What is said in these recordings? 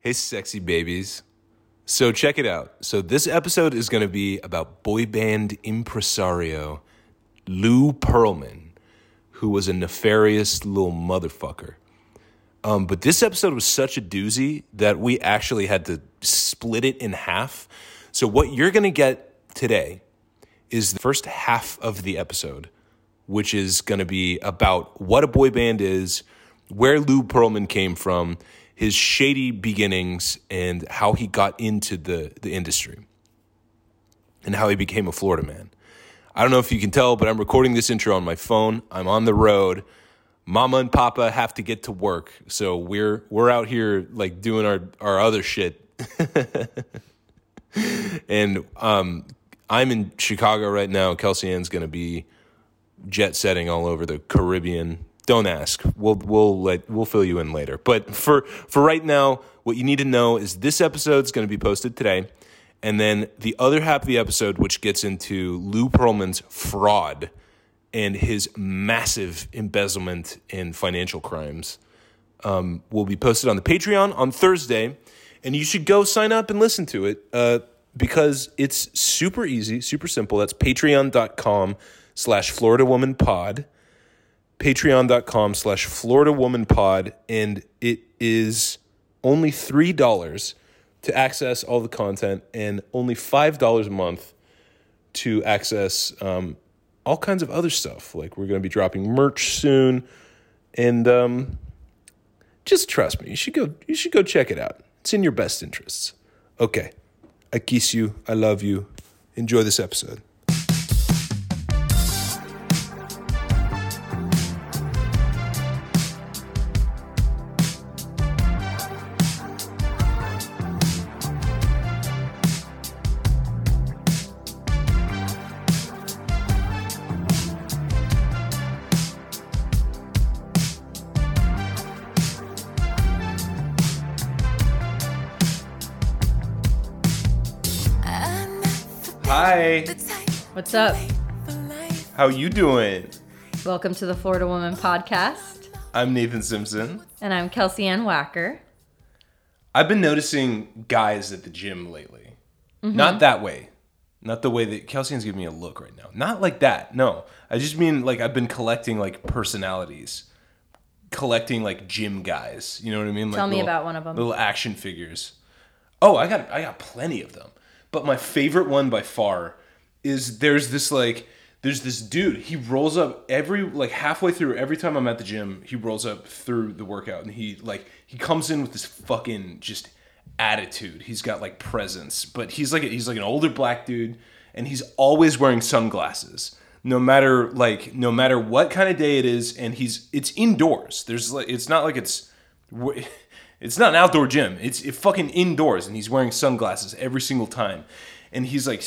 Hey, sexy babies. So, check it out. So, this episode is going to be about boy band impresario Lou Pearlman, who was a nefarious little motherfucker. Um, but this episode was such a doozy that we actually had to split it in half. So, what you're going to get today is the first half of the episode, which is going to be about what a boy band is, where Lou Pearlman came from, his shady beginnings, and how he got into the, the industry and how he became a Florida man. I don't know if you can tell, but I'm recording this intro on my phone. I'm on the road. Mama and Papa have to get to work, so we're we're out here like doing our our other shit. and um, I'm in Chicago right now. Kelsey Ann's going to be jet setting all over the Caribbean. Don't ask. We'll we'll let we'll fill you in later. But for for right now, what you need to know is this episode's going to be posted today, and then the other half of the episode, which gets into Lou Pearlman's fraud and his massive embezzlement and financial crimes, um, will be posted on the Patreon on Thursday, and you should go sign up and listen to it. Uh, because it's super easy, super simple. That's patreon.com slash Florida Woman Pod. Patreon.com slash Florida Woman Pod. And it is only $3 to access all the content and only $5 a month to access um, all kinds of other stuff. Like we're going to be dropping merch soon. And um, just trust me. You should go. You should go check it out. It's in your best interests. Okay, I kiss you. I love you. Enjoy this episode. I'm not the Hi. type What's up? for life. How you doing? Welcome to the Florida Woman Podcast. I'm Nathan Simpson. And I'm Kelsey Ann Wacker. I've been noticing guys at the gym lately. Mm-hmm. Not that way. Not the way that Kelsey's giving me a look right now. Not like that. No. I just mean like I've been collecting like personalities. Collecting like gym guys. You know what I mean? Like Tell me about one of 'em. Little action figures. Oh, I got I got plenty of them. But my favorite one by far is there's this like there's this dude. He rolls up every like halfway through every time I'm at the gym, he rolls up through the workout and he like he comes in with this fucking just attitude. He's got like presence, but he's like he's like an older black dude and he's always wearing sunglasses. No matter like no matter what kind of day it is and he's it's indoors. There's like it's not like it's w- it's not an outdoor gym. It's it fucking indoors, and he's wearing sunglasses every single time. And he's like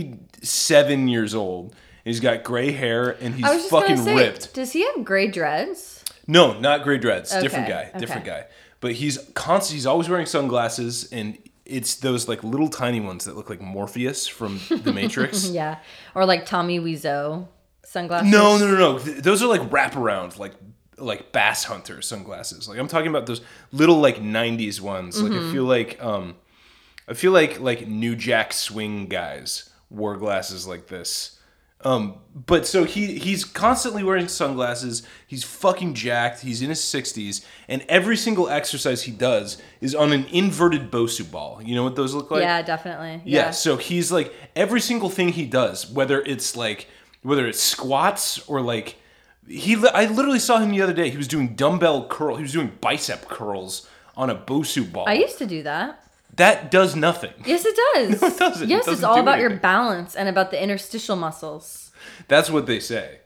sixty-seven years old. And he's got gray hair, and he's I was just fucking gonna say, ripped. does he have gray dreads? No, not gray dreads. Different Okay, guy. Different okay. guy. But he's constant. He's always wearing sunglasses, and it's those like little tiny ones that look like Morpheus from The Matrix. Yeah. Or like Tommy Wiseau sunglasses? No, no, no, no. Th- Those are like wraparound, like like bass hunter sunglasses. Like I'm talking about those little like '90s ones. Like I feel like um, I feel like like New Jack Swing guys wore glasses like this. Um, but so he he's constantly wearing sunglasses. He's fucking jacked. He's in his 60s, and every single exercise he does is on an inverted Bosu ball. You know what those look like? yeah, definitely. Yeah. So he's like every single thing he does, whether it's like whether it's squats or like he. li- I literally saw him the other day. He was doing dumbbell curl. He was doing bicep curls on a Bosu ball. I used to do that. that does nothing. Yes, it does. No, it doesn't. It Yes, it's doesn't all do about your anything. balance and about the interstitial muscles. That's what they say.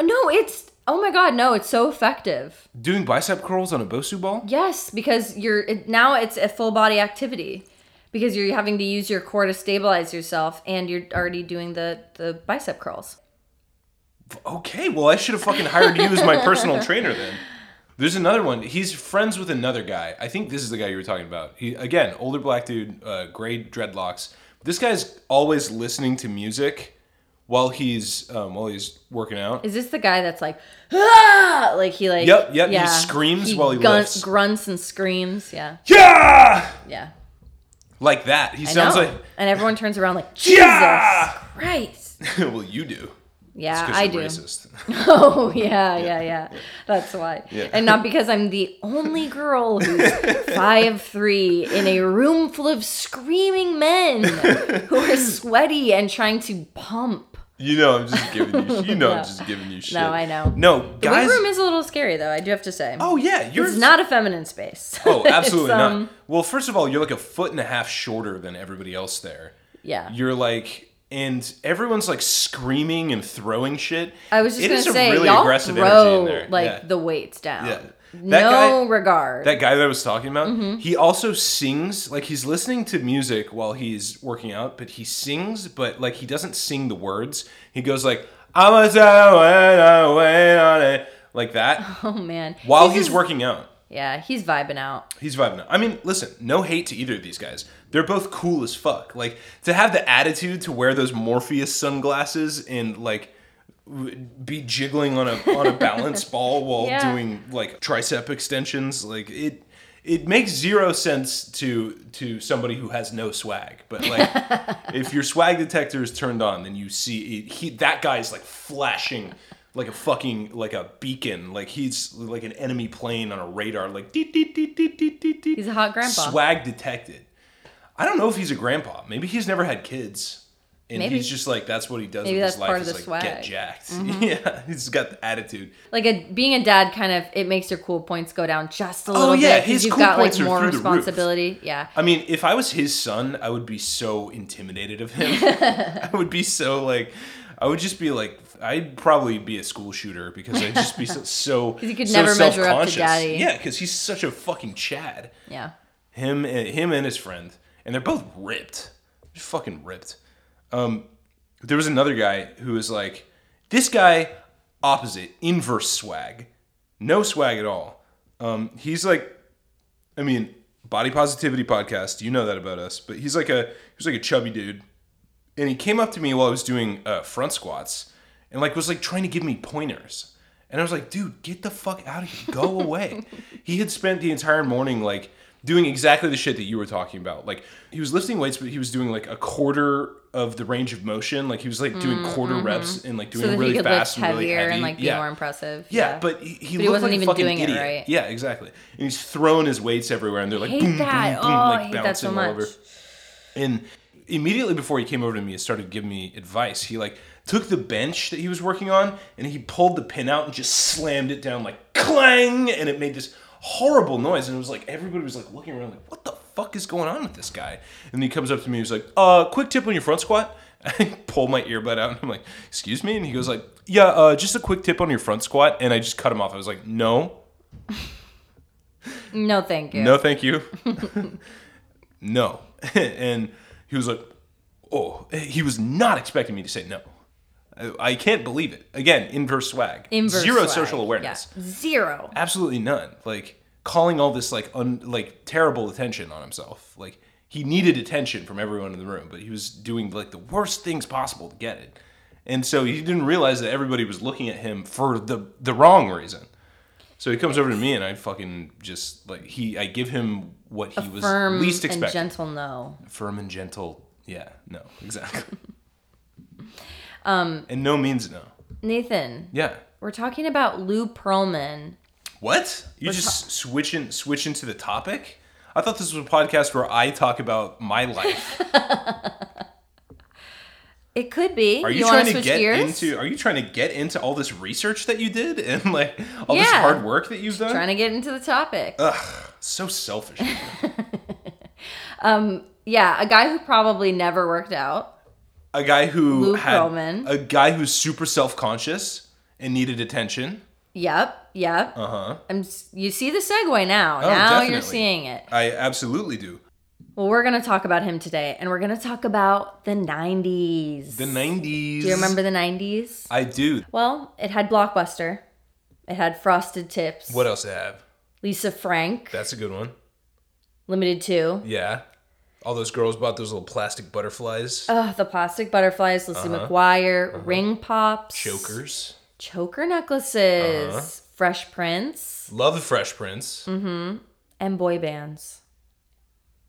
No, it's, oh my God, no, it's so effective. Doing bicep curls on a Bosu ball. Yes, because you're it, now it's a full body activity because you're having to use your core to stabilize yourself and you're already doing the the bicep curls. Okay. Well, I should have fucking hired you as my personal trainer then. There's another one. He's friends with another guy. I think this is the guy you were talking about. He again, older black dude, uh, gray dreadlocks. This guy's always listening to music while he's um, while he's working out. Is this the guy that's like, ah! like he like? Yep, yep, he screams while he lifts. grunts and screams. Yeah, Yeah, yeah. like that. He I sounds know. like and everyone turns around like Jesus Yeah! Christ. well, you do. Yeah, 'Cause I do. you're Racist. Oh yeah, yeah, yeah. That's why. Yeah. And not because I'm the only girl who's five three in a room full of screaming men who are sweaty and trying to pump. You know, I'm just giving you. You know, No. I'm just giving you shit. I know. No, The guys. weight room is a little scary though. I do have to say. oh yeah, you're it's not a feminine space. Oh, absolutely It's, not. um, Well, first of all, you're like a foot and a half shorter than everybody else there. Yeah. You're like, and everyone's like screaming and throwing shit. I was just It gonna is a say, really y'all aggressive energy throw in there. like Yeah. the weights down. Yeah. That No Mm-hmm. guy- regard. that guy that I was talking about, he also sings. Like he's listening to music while he's working out, but he sings, but like he doesn't sing the words. He goes like, "I'm a wait, wait on it," like that oh man. while This he's is- working out. Yeah, he's vibing out. He's vibing. out. I mean, listen, no hate to either of these guys. They're both cool as fuck. Like to have the attitude to wear those Morpheus sunglasses and like w- be jiggling on a on a balance ball while Yeah. doing like tricep extensions. Like it it makes zero sense to to somebody who has no swag. But like if your swag detector is turned on, then you see it, he that guy's like flashing like a fucking like a beacon. Like he's like an enemy plane on a radar. Like deet, deet, deet, deet, deet, deet, deet. He's a hot grandpa. Swag detected. I don't know if he's a grandpa. Maybe he's never had kids. And Maybe. he's just like that's what he does Maybe with that's his life part of is the like get swag. Mm-hmm. jacked. Yeah, he's got the attitude. Like a being a dad kind of it makes your cool points go down just a little Oh, yeah, bit his you've cool got points like are more through the roof. responsibility. Yeah. I mean, if I was his son, I would be so intimidated of him. I would be so like, I would just be like, I'd probably be a school shooter because I'd just be so so. 'Cause he could so never measure up to self-conscious. daddy. Yeah, because he's such a fucking Chad. Yeah. Him, and, him and his friend, and they're both ripped, Just fucking ripped. Um, there was another guy who was like, this guy, opposite, inverse swag, no swag at all. Um, he's like I mean, body positivity podcast. You know that about us. But he's like a he's like a chubby dude, and he came up to me while I was doing uh, front squats, and like was like trying to give me pointers, and I was like, dude, get the fuck out of here, go away. he had spent the entire morning like doing exactly the shit that you were talking about. Like he was lifting weights, but he was doing like a quarter of the range of motion. Like he was like doing quarter reps and like doing Mm, mm-hmm. So that really he could fast look and heavier really heavy. and like be yeah. more impressive. Yeah, but he, he But he looked wasn't like even a fucking doing it idiot. right. Yeah, exactly. And he's throwing his weights everywhere, and they're like, hate boom, that. boom, boom, Oh, I like hate that bouncing so all much. over. And immediately before he came over to me and started giving me advice, he like took the bench that he was working on and he pulled the pin out and just slammed it down like clang, and it made this horrible noise. And it was like everybody was like looking around like, what the fuck is going on with this guy? And then he comes up to me, he's like, uh, quick tip on your front squat. I pull my earbud out and I'm like, excuse me? And he goes like, yeah, uh, just a quick tip on your front squat. And I just cut him off. I was like, no, No thank you. no thank you no and he was like oh he was not expecting me to say no i, I can't believe it again inverse swag Inverse zero swag. social Yeah. awareness Zero. absolutely none like calling all this like un, like terrible attention on himself like he needed attention from everyone in the room but he was doing like the worst things possible to get it and so he didn't realize that everybody was looking at him for the the wrong reason so he comes over to me and i fucking just like he i give him what he was Firm least and expecting gentle no. firm and gentle yeah no exactly um and no means no Nathan, yeah we're talking about Lou Pearlman. What? You just switching switching to the topic? I thought this was a podcast where I talk about my life. It could be. Are you, wanna trying to switch get gears? into are you trying to get into all this research that you did and like all this Yeah. hard work that you've done? trying to get into the topic? Uh. so selfish. yeah, a guy who probably never worked out. a guy who Lou had Pearlman. a guy who's super self-conscious and needed attention. Yep, yep. Uh-huh. I'm. s- You see the segue now. now Oh, definitely. you're seeing it. I absolutely do. Well, we're going to talk about him today, and we're going to talk about the 90s. The 90s. Do you remember the 90s? I do. Well, it had Blockbuster, it had Frosted Tips, What else I have? Lisa Frank, That's a good one. Limited 2, Yeah. All those girls bought those little plastic butterflies, Ugh, the plastic butterflies, Lizzie Uh-huh. McGuire, ring pops, chokers. choker necklaces, Uh-huh. Fresh Prince, Love the Fresh Prince. and boy bands,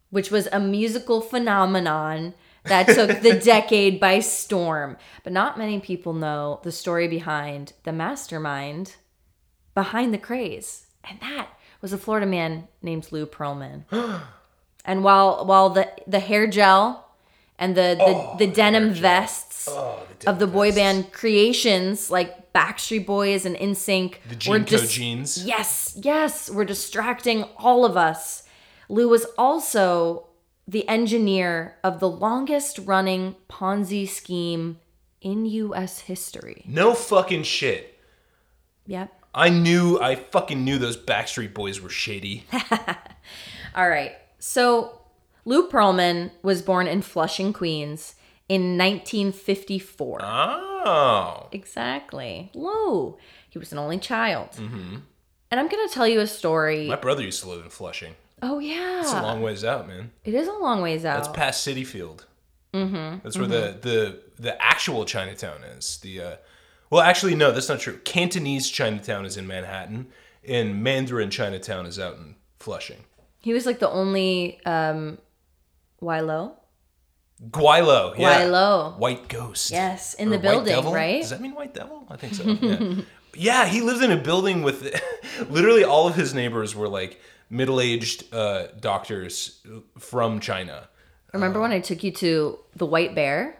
which was a musical phenomenon that took the decade by storm. But not many people know the story behind the mastermind behind the craze, and that was a Florida man named Lou Pearlman. and while while the the hair gel and the the, Oh, the denim vests of the boy band creations like Backstreet Boys and NSYNC The were Jean Co dis- jeans. Yes, yes, we're distracting all of us. Lou was also the engineer of the longest running Ponzi scheme in US history. No fucking shit. Yep. I knew, I fucking knew those Backstreet Boys were shady. All right. So Lou Pearlman was born in Flushing, Queens in 1954. oh. Exactly. Lou. He was an only child. Mm-hmm. And I'm going to tell you a story. My brother used to live in Flushing. oh, yeah. It's a long ways out, man. It is a long ways out. That's past City Field. Oh. Mm-hmm, That's where the the the actual Chinatown is. The uh, well, actually, no, that's not true. Cantonese Chinatown is in Manhattan, and Mandarin Chinatown is out in Flushing. He was like the only um Wilo. Guaylo, yeah. Guaylo. White Ghost. Yes, in Or the building, White Devil? right? Does that mean White Devil? I think so. Yeah, yeah he lived in a building with literally all of his neighbors were like middle aged uh, doctors from China. Remember when I took you to the White Bear?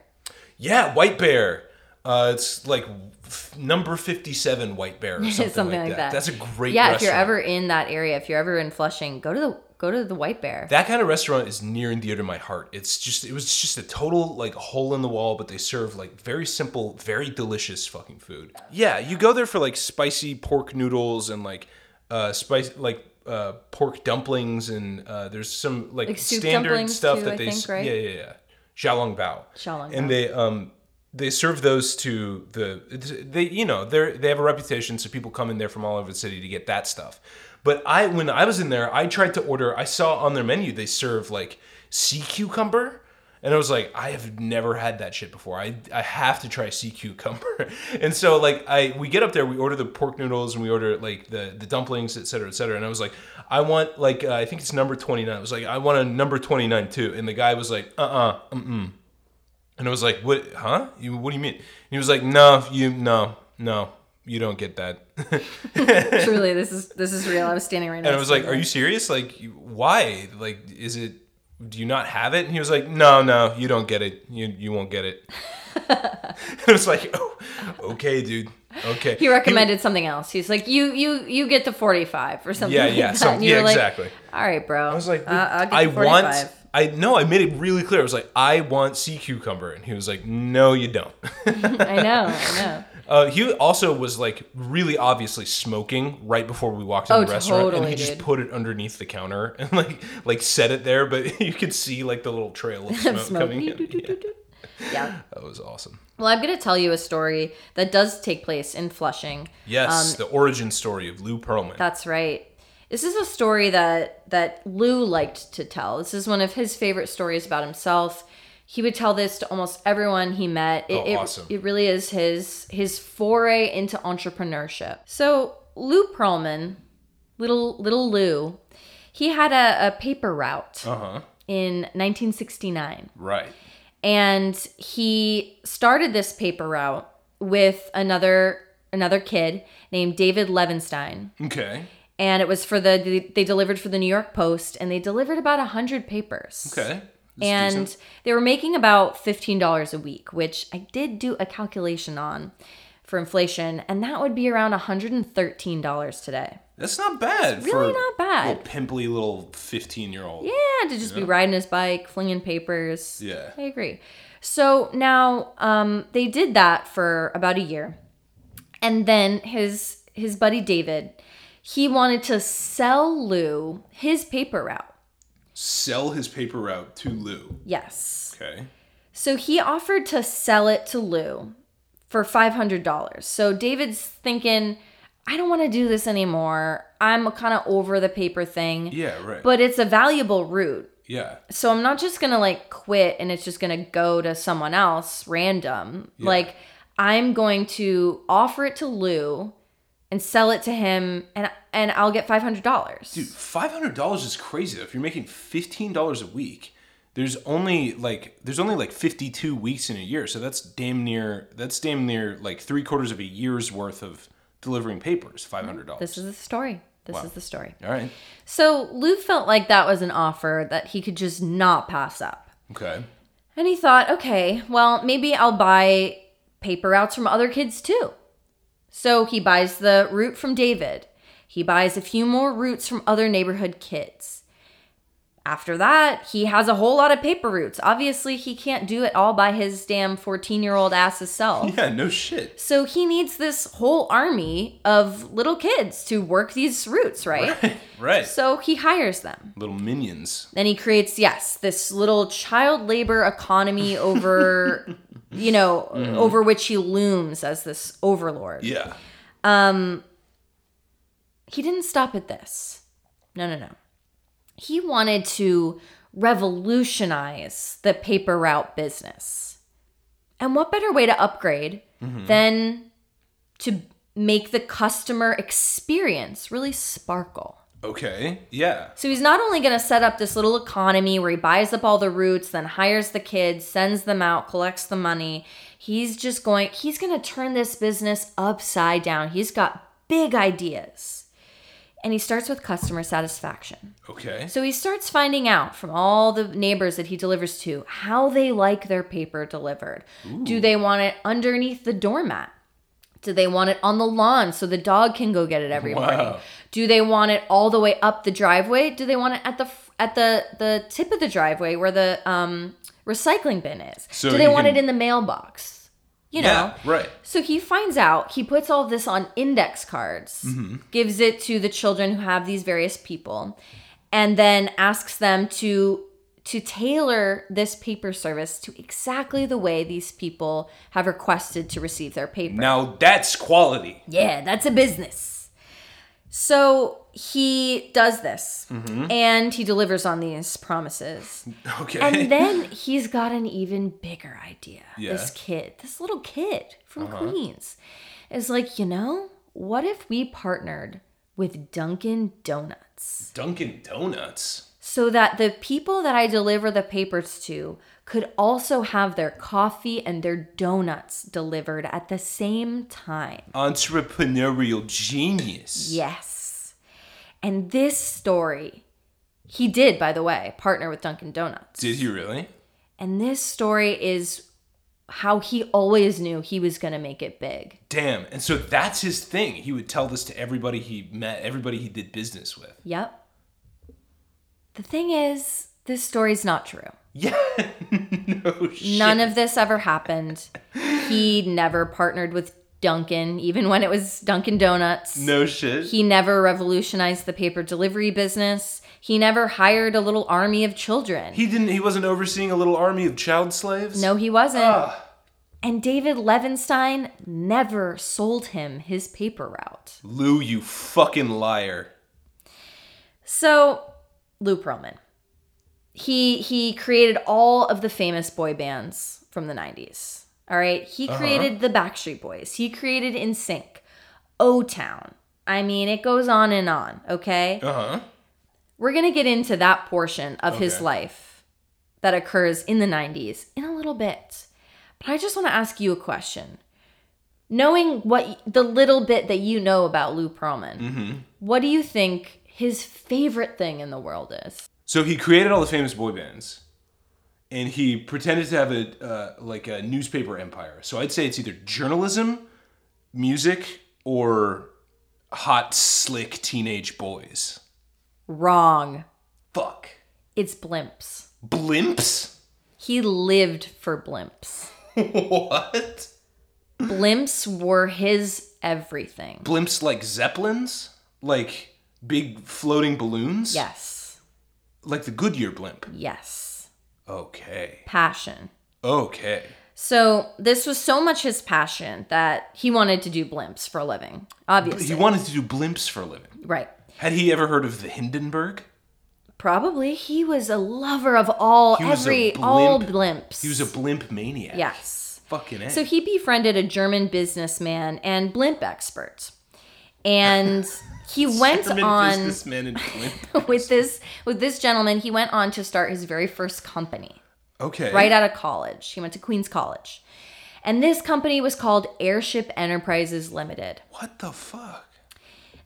Yeah, White Bear. Uh, it's like f- number fifty-seven White Bear or something, Something like, like that. that. That's a great. yeah, restaurant. if you're ever in that area, if you're ever in Flushing, go to the go to the White Bear. That kind of restaurant is near and dear to my heart. It's just it was just a total like hole in the wall, but they serve like very simple, very delicious fucking food. Yeah, you go there for like spicy pork noodles and like uh spice like uh pork dumplings and uh there's some like, Like soup standard dumplings stuff too, that I they think, s- right? yeah yeah yeah xiaolong bao Xiaolongbao. and they um they serve those to the they you know they they have a reputation so people come in there from all over the city to get that stuff but i when i was in there i tried to order i saw on their menu they serve like sea cucumber and i was like i have never had that shit before i i have to try sea cucumber and so like i we get up there we order the pork noodles and we order like the the dumplings et cetera et cetera and i was like i want like uh, i think it's number 29 i was like i want a number 29 too and the guy was like uh-uh and I was like, "What? Huh? You, what do you mean?" And he was like, "No, you no, no, you don't get that." and Truly, this is this is real. I was standing right now. I was like, "Are you serious? Like, you- why? Like, is it? Do you not have it?" And he was like, "No, no, you don't get it. You you won't get it." and I was like, oh, "Okay, dude. Okay." He recommended something else. He's like, you you you get the 45 or something. Yeah, like yeah, that. some- And you're yeah, like, exactly. All right, bro. I was like, uh, I'll get I the want. 45." I no, I made it really clear. I was like, I want sea cucumber, and he was like, No, you don't. I know, I know. Uh, he also was like really obviously smoking right before we walked in Oh, the restaurant, and totally, he just dude. put it underneath the counter and like like set it there, but you could see like the little trail of smoke, Smoke. coming in. Yeah, Yeah. that was awesome. Well, I'm going to tell you a story that does take place in Flushing. Yes, Um, the origin story of Lou Pearlman. That's right. This is a story that that Lou liked to tell. This is one of his favorite stories about himself. He would tell this to almost everyone he met. It, Oh, it- awesome. it really is his his foray into entrepreneurship. So Lou Pearlman, little little Lou, he had a, a paper route uh huh. in 1969 Right. and he started this paper route with another another kid named David Levinstein Okay. and it was for the they delivered for the New York Post and they delivered about 100 papers. Okay. That's And decent. they were making about $15 a week, which I did do a calculation on for inflation and that would be around $113 today. that's not bad. Really for not a bad. little pimply little fifteen-year-old. Yeah, to just be riding his bike, flinging papers. Yeah. I agree. So now um, they did that for about a year, and then his his buddy David, he wanted to sell Lou his paper route. Sell his paper route to Lou. Yes. Okay. So he offered to sell it to Lou for $500. So David's thinking, I don't want to do this anymore. I'm kind of over the paper thing. Yeah. Right. But it's a valuable route. Yeah. so I'm not just gonna like quit and it's just gonna go to someone else random. Like I'm going to offer it to Lou and sell it to him and and I'll get five hundred Dude, dollars. five hundred dollars is crazy. Though. If you're making fifteen dollars a week, there's only like there's only like fifty two weeks in a year, so that's damn near that's damn near like three quarters of a year's worth of delivering papers. Five hundred dollars. This is the story. This is the story. All right. So Lou felt like that was an offer that he could just not pass up. Okay. And he thought, okay, well, maybe I'll buy paper routes from other kids too. So he buys the route from David. He buys a few more routes from other neighborhood kids. After that, he has a whole lot of paper routes. Obviously, he can't do it all by his damn 14 year old ass's self. Yeah. No shit. So he needs this whole army of little kids to work these routes, right? Right. So he hires them. Little minions. Then he creates, yes, this little child labor economy over, you know, over which he looms as this overlord. Yeah. He didn't stop at this. No, no, no. He wanted to revolutionize the paper route business. And what better way to upgrade than to make the customer experience really sparkle? Okay. Yeah. So he's not only going to set up this little economy where he buys up all the routes, then hires the kids, sends them out, collects the money. He's just going, he's going to turn this business upside down. He's got big ideas. And he starts with customer satisfaction. Okay. So he starts finding out from all the neighbors that he delivers to how they like their paper delivered. Do they want it underneath the doormat? Do they want it on the lawn so the dog can go get it every morning? Wow. Do they want it all the way up the driveway? Do they want it at the f- at the the tip of the driveway where the um, recycling bin is? So Do they you want can- it in the mailbox? You know. Yeah. Right. So he finds out, he puts all of this on index cards, gives it to the children who have these various people, and then asks them to to tailor this paper service to exactly the way these people have requested to receive their paper. Now that's quality. Yeah, that's a business. So he does this and he delivers on these promises. Okay. And then he's got an even bigger idea. Yeah. Uh-huh. This kid, this little kid from Queens, is like, you know, what if we partnered with Dunkin' Donuts Dunkin' Donuts. so that the people that I deliver the papers to could also have their coffee and their donuts delivered at the same time? Entrepreneurial genius. Yes. And this story, he did, by the way, partner with Dunkin' Donuts. Did you really? And this story is how he always knew he was going to make it big. Damn. And so that's his thing. He would tell this to everybody he met, everybody he did business with. Yep. The thing is, this story's not true. Yeah. no shit. None of this ever happened. he never partnered with Dunkin', even when it was Dunkin' Donuts. no shit. He never revolutionized the paper delivery business. He never hired a little army of children. he didn't he wasn't overseeing a little army of child slaves? no, he wasn't. Ah, And David Levinstein never sold him his paper route. Lou, you fucking liar. So, Lou Pearlman. He he created all of the famous boy bands from the 90s. All right? He created the Backstreet Boys. He created NSYNC, O-Town. I mean, it goes on and on, okay? Uh-huh. We're going to get into that portion of his Okay. life that occurs in the 90s in a little bit. But I just want to ask you a question. Knowing what y- the little bit that you know about Lou Pearlman, what do you think his favorite thing in the world is? So he created all the famous boy bands, and he pretended to have a uh, like a newspaper empire. So I'd say it's either journalism, music, or hot slick teenage boys. Wrong. Fuck It's blimps. blimps. He lived for blimps. what Blimps were his everything. blimps like zeppelins, like big floating balloons. Yes. like the Goodyear blimp. Yes. Okay, Passion. okay. So this was so much his passion that he wanted to do blimps for a living. Obviously. He wanted to do blimps for a living. right. Had he ever heard of the Hindenburg? Probably he was a lover of all He was a every all blimp. blimps. He was a blimp maniac. yes. Fucking A. So he befriended a German businessman and blimp expert. And he went German on businessman and blimp. with this with this gentleman, he went on to start his very first company Okay. right out of college. He went to Queens College. And this company was called Airship Enterprises Limited. What the fuck?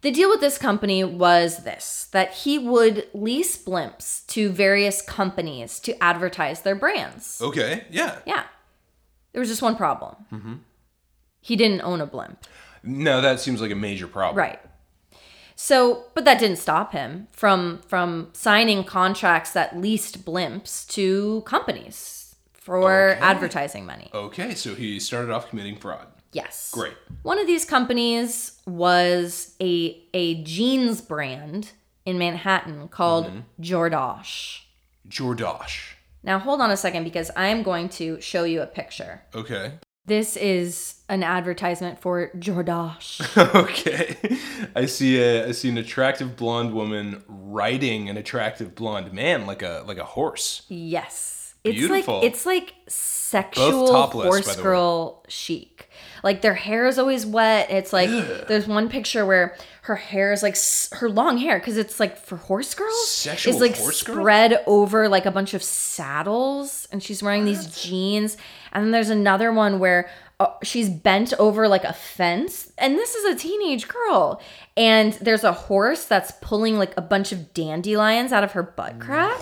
The deal with this company was this that he would lease blimps to various companies to advertise their brands. Okay. Yeah. Yeah. There was just one problem. Mm-hmm. He didn't own a blimp. No, that seems like a major problem. Right. So, but that didn't stop him from from signing contracts that leased blimps to companies for Okay. advertising money. Okay, so he started off committing fraud. Yes. Great. One of these companies was a a jeans brand in Manhattan called Jordosh. Jordosh. Now hold on a second because I am going to show you a picture. Okay. This is an advertisement for Jordosh. okay. I see a I see an attractive blonde woman riding an attractive blonde man like a like a horse. yes. It's Beautiful. like it's like sexual topless, by horse the way. girl chic. Like their hair is always wet. It's like there's one picture where her hair is like s- her long hair because it's like for horse girls. Sexual is like horse girl? spread over like a bunch of saddles, and she's wearing these jeans. And then there's another one where uh, she's bent over like a fence, and this is a teenage girl. And there's a horse that's pulling like a bunch of dandelions out of her butt crack.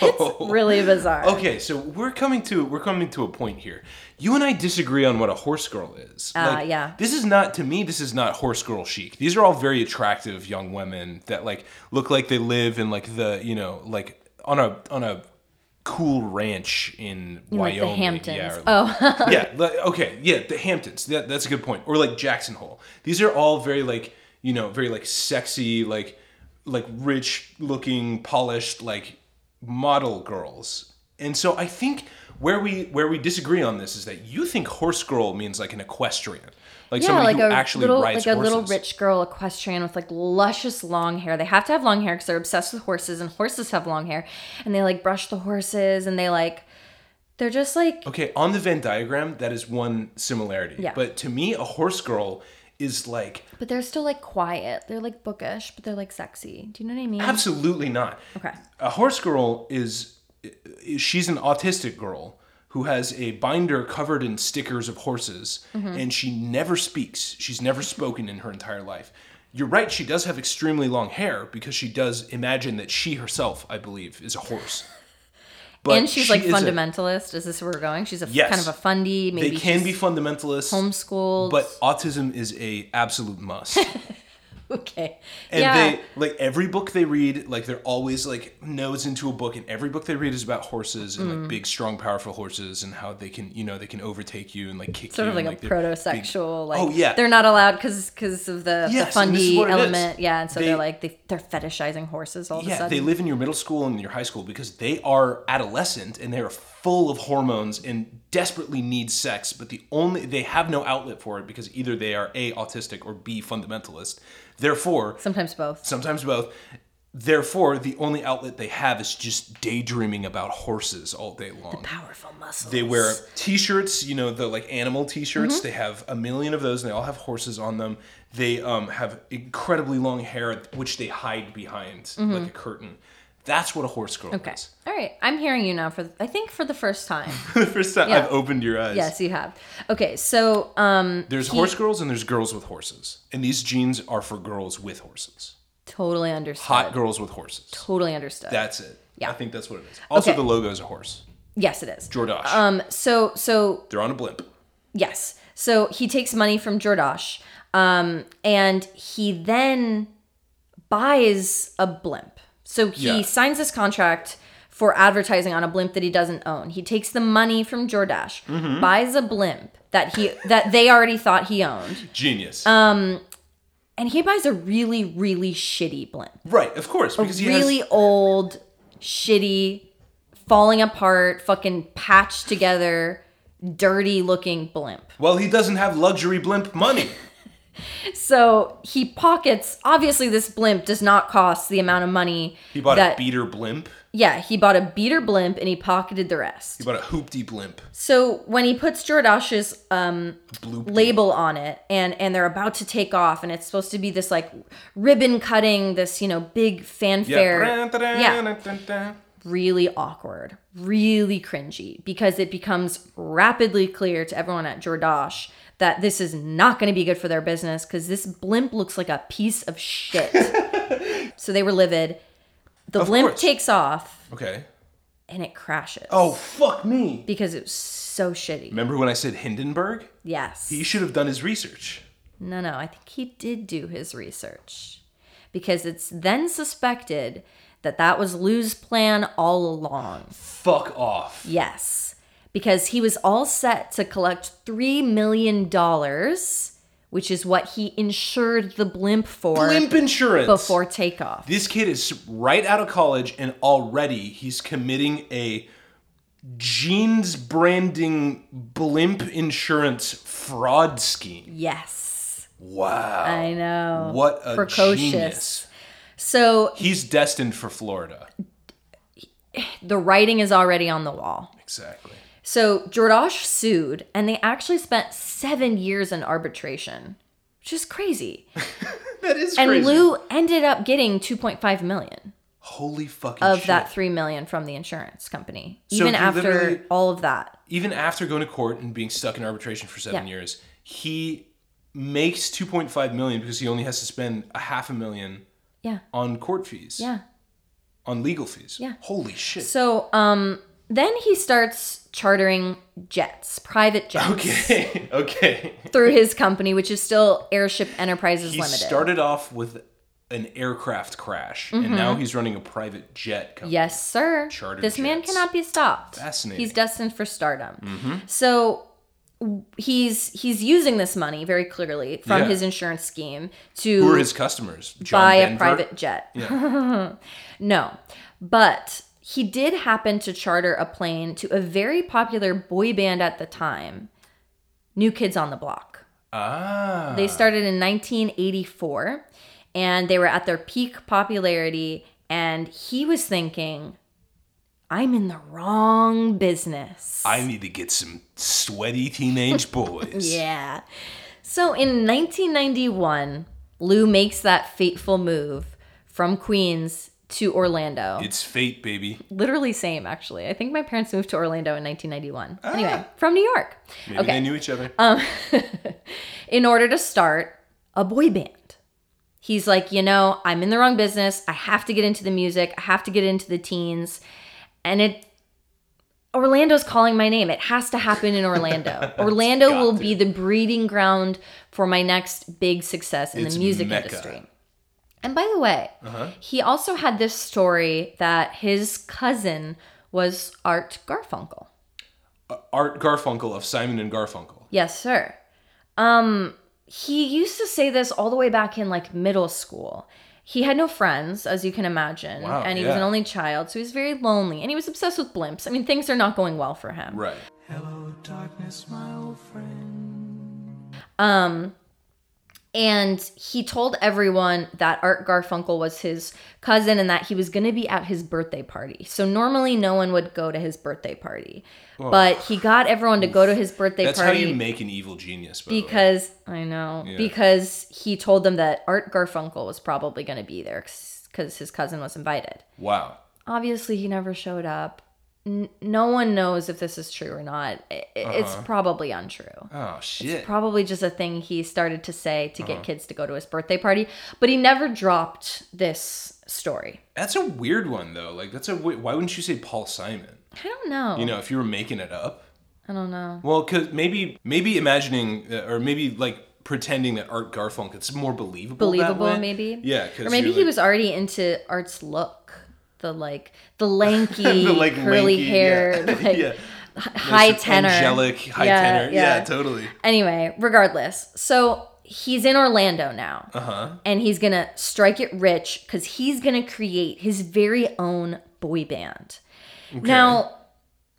It's really bizarre. Okay, so we're coming to we're coming to a point here. You and I disagree on what a horse girl is. Ah, yeah. This is not to me. This is not horse girl chic. These are all very attractive young women that like look like they live in like the you know like on a on a cool ranch in Like Wyoming. the Hamptons. Yeah, or oh, yeah. li- okay. Yeah. The Hamptons. That, that's a good point. Or like Jackson Hole. These are all very like you know very like sexy like like rich looking polished like model girls. And so I think where we where we disagree on this is that you think horse girl means like an equestrian, like yeah, somebody like who a actually little, rides like a little horses. rich girl equestrian with like luscious long hair. They have to have long hair because they're obsessed with horses, and horses have long hair. And they like brush the horses, and they like, they're just like, Okay, on the Venn diagram, that is one similarity. Yeah. But to me, a horse girl is like but they're still like quiet. They're like bookish, but they're like sexy. Do you know what I mean? absolutely not. Okay. a horse girl is she's an autistic girl who has a binder covered in stickers of horses Mm-hmm. and she never speaks she's never spoken in her entire life you're right she does have extremely long hair because she does imagine that she herself i believe is a horse but and she's she like is a- fundamentalist. Is this where we're going? She's a Yes. kind of a fundy. Maybe they can be she's fundamentalists homeschooled. but autism is a absolute must okay, And yeah. they like every book they read, like they're always like nose into a book, and every book they read is about horses and Mm. like big, strong, powerful horses and how they can, you know, they can overtake you and like kick Sort you. of like and, they're a big- proto-sexual, like Oh, yeah. they're not allowed because because of the, the Yes, and this is fundy what it is. element, yeah, and so They- they, are like they, they're fetishizing horses all of a Yeah, sudden. they live in your middle school and your high school because they are adolescent and they are full of hormones and desperately need sex, but the only they have no outlet for it because either they are a autistic or b fundamentalist. Therefore, Sometimes both. sometimes both. Therefore, the only outlet they have is just daydreaming about horses all day long. Powerful muscles. They wear T-shirts, you know, the like animal T-shirts. Mm-hmm. They have a million of those, and they all have horses on them. They um, have incredibly long hair, which they hide behind like a curtain. That's what a horse girl Mm-hmm. Okay. is. All right. I'm hearing you now for I think for the first time. the first time Yeah. I've opened your eyes. yes, you have. Okay. So um There's horse girls and there's girls with horses, and these jeans are for girls with horses. totally understood. Hot girls with horses. Totally understood. That's it. Yeah. I think that's what it is. Also, Okay. the logo is a horse. yes, it is. Jordache. Um. So so They're on a blimp. yes. So he takes money from Jordash, um, and he then buys a blimp. So he Yeah. signs this contract for advertising on a blimp that he doesn't own. He takes the money from Jordash, Mm-hmm. buys a blimp that he that they already thought he owned. Genius. Um, and he buys a really really shitty blimp right, of course, because he really has old shitty falling apart fucking patched together dirty looking blimp well, he doesn't have luxury blimp money. So he pockets. Obviously, this blimp does not cost the amount of money He bought that. a beater blimp. yeah, he bought a beater blimp and he pocketed the rest. He bought a hoopty blimp. So when he puts Jordosh's um, Bloop. label on it, and and they're about to take off, and it's supposed to be this like ribbon cutting, this you know big fanfare. Yeah. really awkward, really cringy, because it becomes rapidly clear to everyone at Jordosh that this is not going to be good for their business because this blimp looks like a piece of shit. so they were livid. The Of blimp course. takes off Okay. and it crashes. Oh fuck me. Because it was so shitty. Remember when I said Hindenburg? Yes. He should have done his research. No, no, I think he did do his research because it's then suspected that that was Lou's plan all along. Fuck off. Yes, because he was all set to collect $3 million, which is what he insured the blimp for Blimp insurance. before takeoff. This kid is right out of college and already he's committing a jeans branding blimp insurance fraud scheme. yes, Wow. I know. What a Precocious. genius. So He's destined for Florida. the writing is already on the wall. Exactly. So Jordache sued, and they actually spent seven years in arbitration, which is crazy. That is and crazy. Lou ended up getting 2.5 million Holy fucking of shit. that 3 million from the insurance company, So even he after literally- all of that. Even after going to court and being stuck in arbitration for seven Yeah. years, he makes 2.5 million because he only has to spend a half a million Yeah, on court fees, yeah. on legal fees. Yeah. Holy shit. So um, then he starts chartering jets, private jets, okay. okay. through his company, which is still Airship Enterprises He Limited. started off with an aircraft crash, and Mm-hmm. now he's running a private jet company. Yes, sir. Chartered this man jets. cannot be stopped. Fascinating. Mm-hmm. He's destined for stardom. So w- he's he's using this money very clearly from Yeah. his insurance scheme to Who are his customers? John buy a Denver? private jet. no, but he did happen to charter a plane to a very popular boy band at the time, New Kids on the Block. Ah. They started in 1984 and they were at their peak popularity. And he was thinking, I'm in the wrong business. I need to get some sweaty teenage boys. yeah. So in 1991, Lou makes that fateful move from Queens to Orlando. It's fate, baby. Literally, same actually. I think my parents moved to Orlando in 1991. Anyway, from New York. Ah. Maybe they knew each other. Um, in order to start a boy band. He's like, you know, I'm in the wrong business. I have to get into the music. I have to get into the teens. And it Orlando's calling my name. It has to happen in Orlando. Orlando got will to. be the breeding ground for my next big success in It's the music Mecca. Uh-huh. industry. And by the way, he also had this story that his cousin was Art Garfunkel. Art Garfunkel of Simon and Garfunkel. Yes, sir. Um, he used to say this all the way back in like middle school. He had no friends, as you can imagine, Wow, and he was an yeah. only child, so he was very lonely, and he was obsessed with blimps. I mean, things are not going well for him. Right. And he told everyone that Art Garfunkel was his cousin and that he was going to be at his birthday party. So normally, no one would go to his birthday party, but he got everyone to go to his birthday Oh. That's party. how you make an evil genius. By the way. because I know Yeah. because he told them that Art Garfunkel was probably going to be there because his cousin was invited. wow, Obviously, he never showed up. N- no one knows if this is true or not. I i- Uh-huh. It's probably untrue. oh shit, Probably just a thing he started to say to Uh-huh. get kids to go to his birthday party, but he never dropped this story. that's a weird one though. Like that's a we- why wouldn't you say Paul Simon? I don't know. You know, if you were making it up. I don't know. Well, because maybe maybe imagining uh, or maybe like pretending that Art Garfunkel it's more believable. that Believable, way. maybe? Yeah, 'cause Or maybe you're he like- was already into Art's look, the like the lanky, like, curly lanky, hair, yeah. like Yeah. high Nice tenor, angelic high Yeah, tenor. Yeah. yeah. totally. Anyway, regardless, so he's in Orlando now, uh-huh. and he's gonna strike it rich because he's gonna create his very own boy band. Now,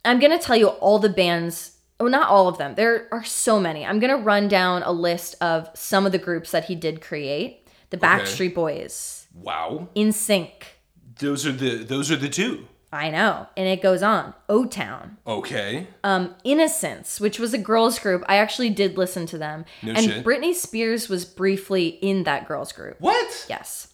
I'm gonna tell you all the bands well, not all of them. There are so many. I'm going to run down a list of some of the groups that he did create the Backstreet Boys, Wow. In Sync. Those are the those are the two. I know. And it goes on. O Town. Okay. Um, Innocence, which was a girls group. I actually did listen to them. and shit. Britney Spears was briefly in that girls group. What? Yes.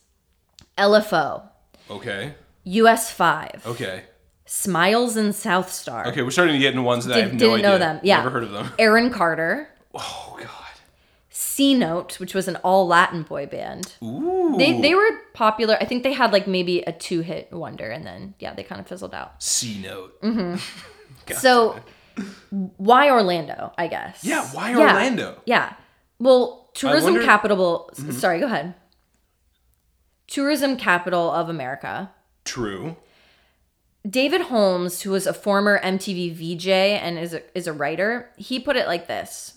LFO, Okay. US5, Okay. Smiles and South Star. Okay, we're starting to get into ones that I have Did, no not idea. know them. Yeah. Never heard of them. Aaron Carter, Oh god. C Note, which was an all Latin boy band. Ooh. They, they were popular. I think they had like maybe a two hit wonder and then, yeah, they kind of fizzled out. C note. Mm-hmm. so, why Orlando, I guess? Yeah, why Orlando? Yeah. Well, tourism wonder- Mm-hmm. capital. s- Sorry, go ahead. Tourism capital of America. True. David Holmes, who was a former MTV VJ and is a, is a writer, he put it like this.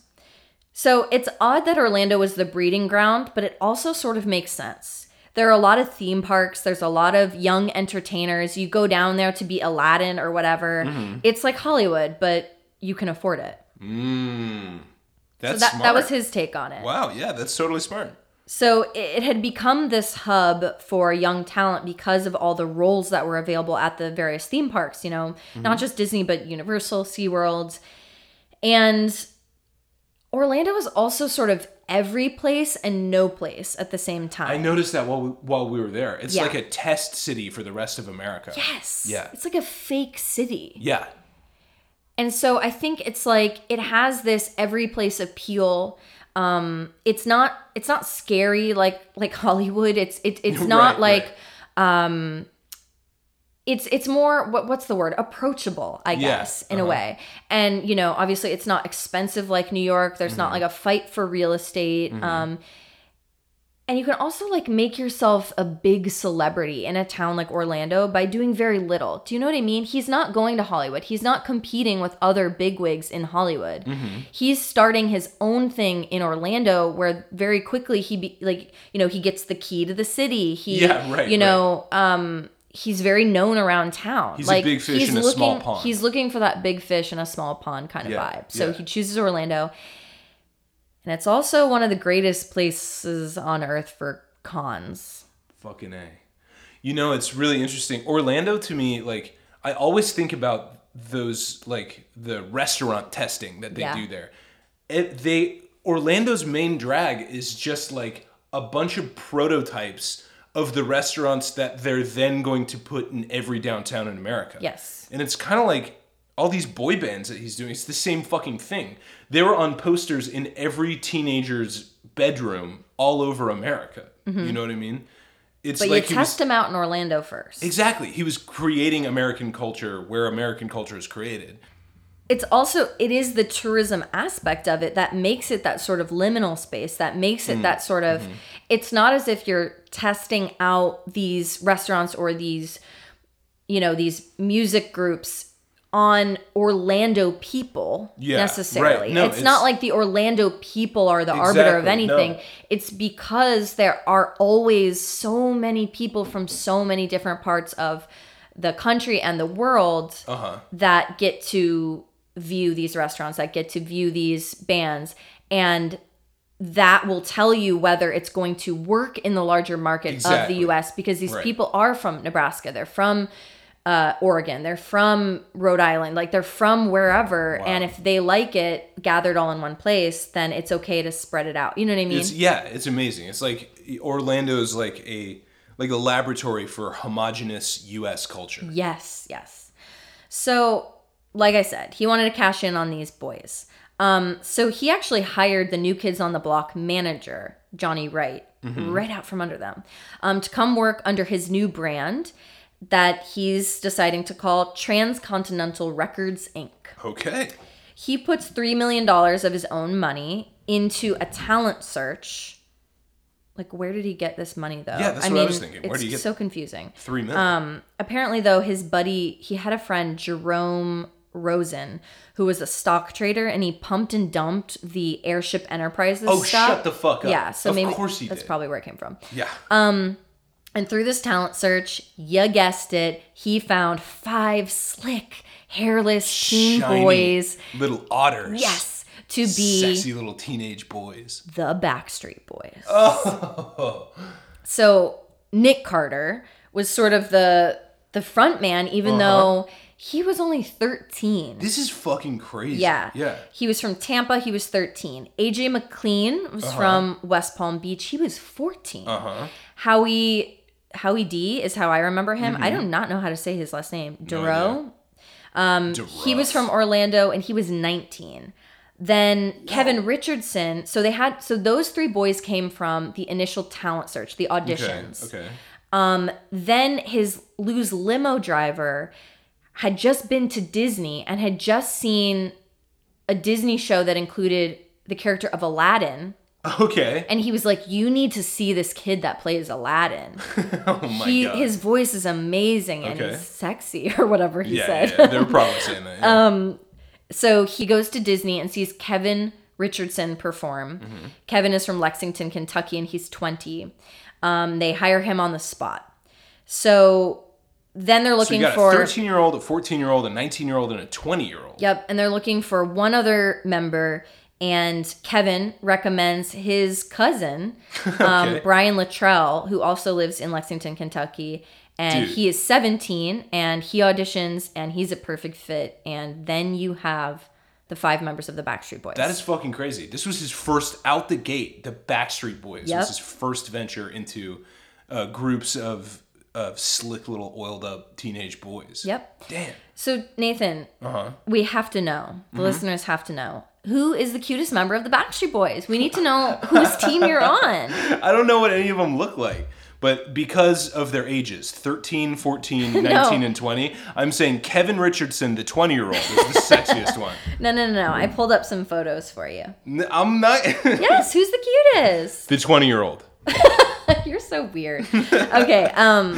So it's odd that Orlando was the breeding ground, but it also sort of makes sense. There are a lot of theme parks, there's a lot of young entertainers. You go down there to be Aladdin or whatever. Mm-hmm. It's like Hollywood, but you can afford it. Hmm. That's So that, smart. that was his take on it. Wow, yeah, that's totally smart. So it- it had become this hub for young talent because of all the roles that were available at the various theme parks, you know, not just Disney, but Universal, SeaWorld. And Orlando was also sort of every place and no place at the same time. I noticed that while we, while we were there. It's Yeah. like a test city for the rest of America. Yes. Yeah. It's like a fake city. Yeah. And so I think it's like it has this every place appeal. Um, it's not it's not scary like like Hollywood. It's it, it's not Right, like right. um it's it's more what what's the word? Approachable, I Yeah, uh-huh. guess, in a way. And you know, obviously it's not expensive like New York. There's Mm-hmm. not like a fight for real estate. Um and you can also like make yourself a big celebrity in a town like Orlando by doing very little. Do you know what I mean? He's not going to Hollywood. He's not competing with other bigwigs in Hollywood. Mm-hmm. He's starting his own thing in Orlando where very quickly he be, like, you know, he gets the key to the city. He Yeah, right, you know, um he's very known around town. He's a like big fish he's in a looking small pond. he's looking for that big fish in a small pond kind of Yeah, vibe. So yeah. he chooses Orlando. And it's also one of the greatest places on earth for cons. Fucking A. You know, it's really interesting. Orlando to me, like, I always think about those, like, the restaurant testing that they Yeah. do there. It, they Orlando's main drag is just like a bunch of prototypes of the restaurants that they're then going to put in every downtown in America. Yes. And it's kind of like all these boy bands that he's doing, it's the same fucking thing. They were on posters in every teenager's bedroom all over America. You Mm-hmm. know what I mean? It's But like you he test was, them out in Orlando first. exactly. He was creating American culture where American culture is created. it's also it is the tourism aspect of it that makes it that sort of liminal space that makes Mm. it that sort Mm-hmm. of it's not as if you're testing out these restaurants or these you know these music groups on Orlando people Yeah, necessarily. right. No, it's, not it's- like the Orlando people are the arbiter of Exactly, no. anything. It's because there are always so many people from so many different parts of the country and the world Uh-huh. that get to view these restaurants, that get to view these bands. And that will tell you whether it's going to work in the larger market Exactly. of the US because these Right. people are from Nebraska. They're from uh, Oregon. They're from Rhode Island. Like they're from wherever. And if they like it gathered all in one place, then it's okay to spread it out. You know what I mean? It's yeah, it's amazing. It's like Orlando is like a like a laboratory for homogenous U.S. culture. Yes, yes. So, like I said, he wanted to cash in on these boys. Um, so he actually hired the new kids on the block manager, Johnny Wright, Mm-hmm. right out from under them, um, to come work under his new brand that he's deciding to call Transcontinental Records Inc. Okay, He puts $3 million of his own money into a talent search. Like, where did he get this money, though? Yeah, that's what I was thinking. Where it's do you get- so confusing. three million. Um, Apparently, though, his buddy, he had a friend, Jerome Rosen, who was a stock trader and he pumped and dumped the Airship Enterprises oh, stock. shut the fuck up. Yeah, so of maybe course he that's Um, did. probably where it came from. yeah. And through this talent search, you guessed it, he found five slick, hairless teen Shiny boys. little otters. Yes, to be Sexy little teenage boys. the Backstreet Boys. Oh. So Nick Carter was sort of the the front man, Uh-huh. even though he was only 13. This is fucking crazy. Yeah. Yeah. He was from Tampa. He was 13. AJ McLean was from West Palm Beach. He was 14. Uh-huh. Howie Howie D is how I remember Mm-hmm. him. I do not know how to say his last name. Duro. Um, he was from Orlando and he was 19. Then Kevin Richardson. So they had so those three boys came from the initial talent search, the Okay. auditions. Okay. Then his Lou's limo driver had just been to Disney and had just seen a Disney show that included the character of Aladdin. Okay. And he was like, You need to see this kid that plays Aladdin. Oh my he, god. his voice is amazing and Okay. he's sexy or whatever he yeah, said. yeah, yeah. They're probably saying that. yeah. So he goes to Disney and sees Kevin Richardson perform. Mm-hmm. Kevin is from Lexington, Kentucky, and he's 20. Um, they hire him on the spot. So then they're so you looking got for. a 13 year old, a 14 year old, a 19 year old, and a 20 year old. Yep, and they're looking for one other member. And Kevin recommends his cousin, um, Okay. Brian Luttrell, who also lives in Lexington, Kentucky. And Dude. he is 17 and he auditions and he's a perfect fit. And then you have the five members of the Backstreet Boys. That is fucking crazy. This was his first out the gate. The Backstreet Boys Yep. was his first venture into uh, groups of of slick little oiled up teenage boys. Yep. Damn. So, Nathan, Uh-huh. we have to know, Mm-hmm. the listeners have to know, who is the cutest member of the Backstreet Boys? We need to know whose team you're on. I don't know what any of them look like, but because of their ages 13, 14, 19, and 20, I'm saying Kevin Richardson, the 20 year old, is the sexiest one. No, no, no, no. I pulled up some photos for you. N- I'm not. Yes, who's the cutest? the 20 year old. You're so weird. Okay. Um.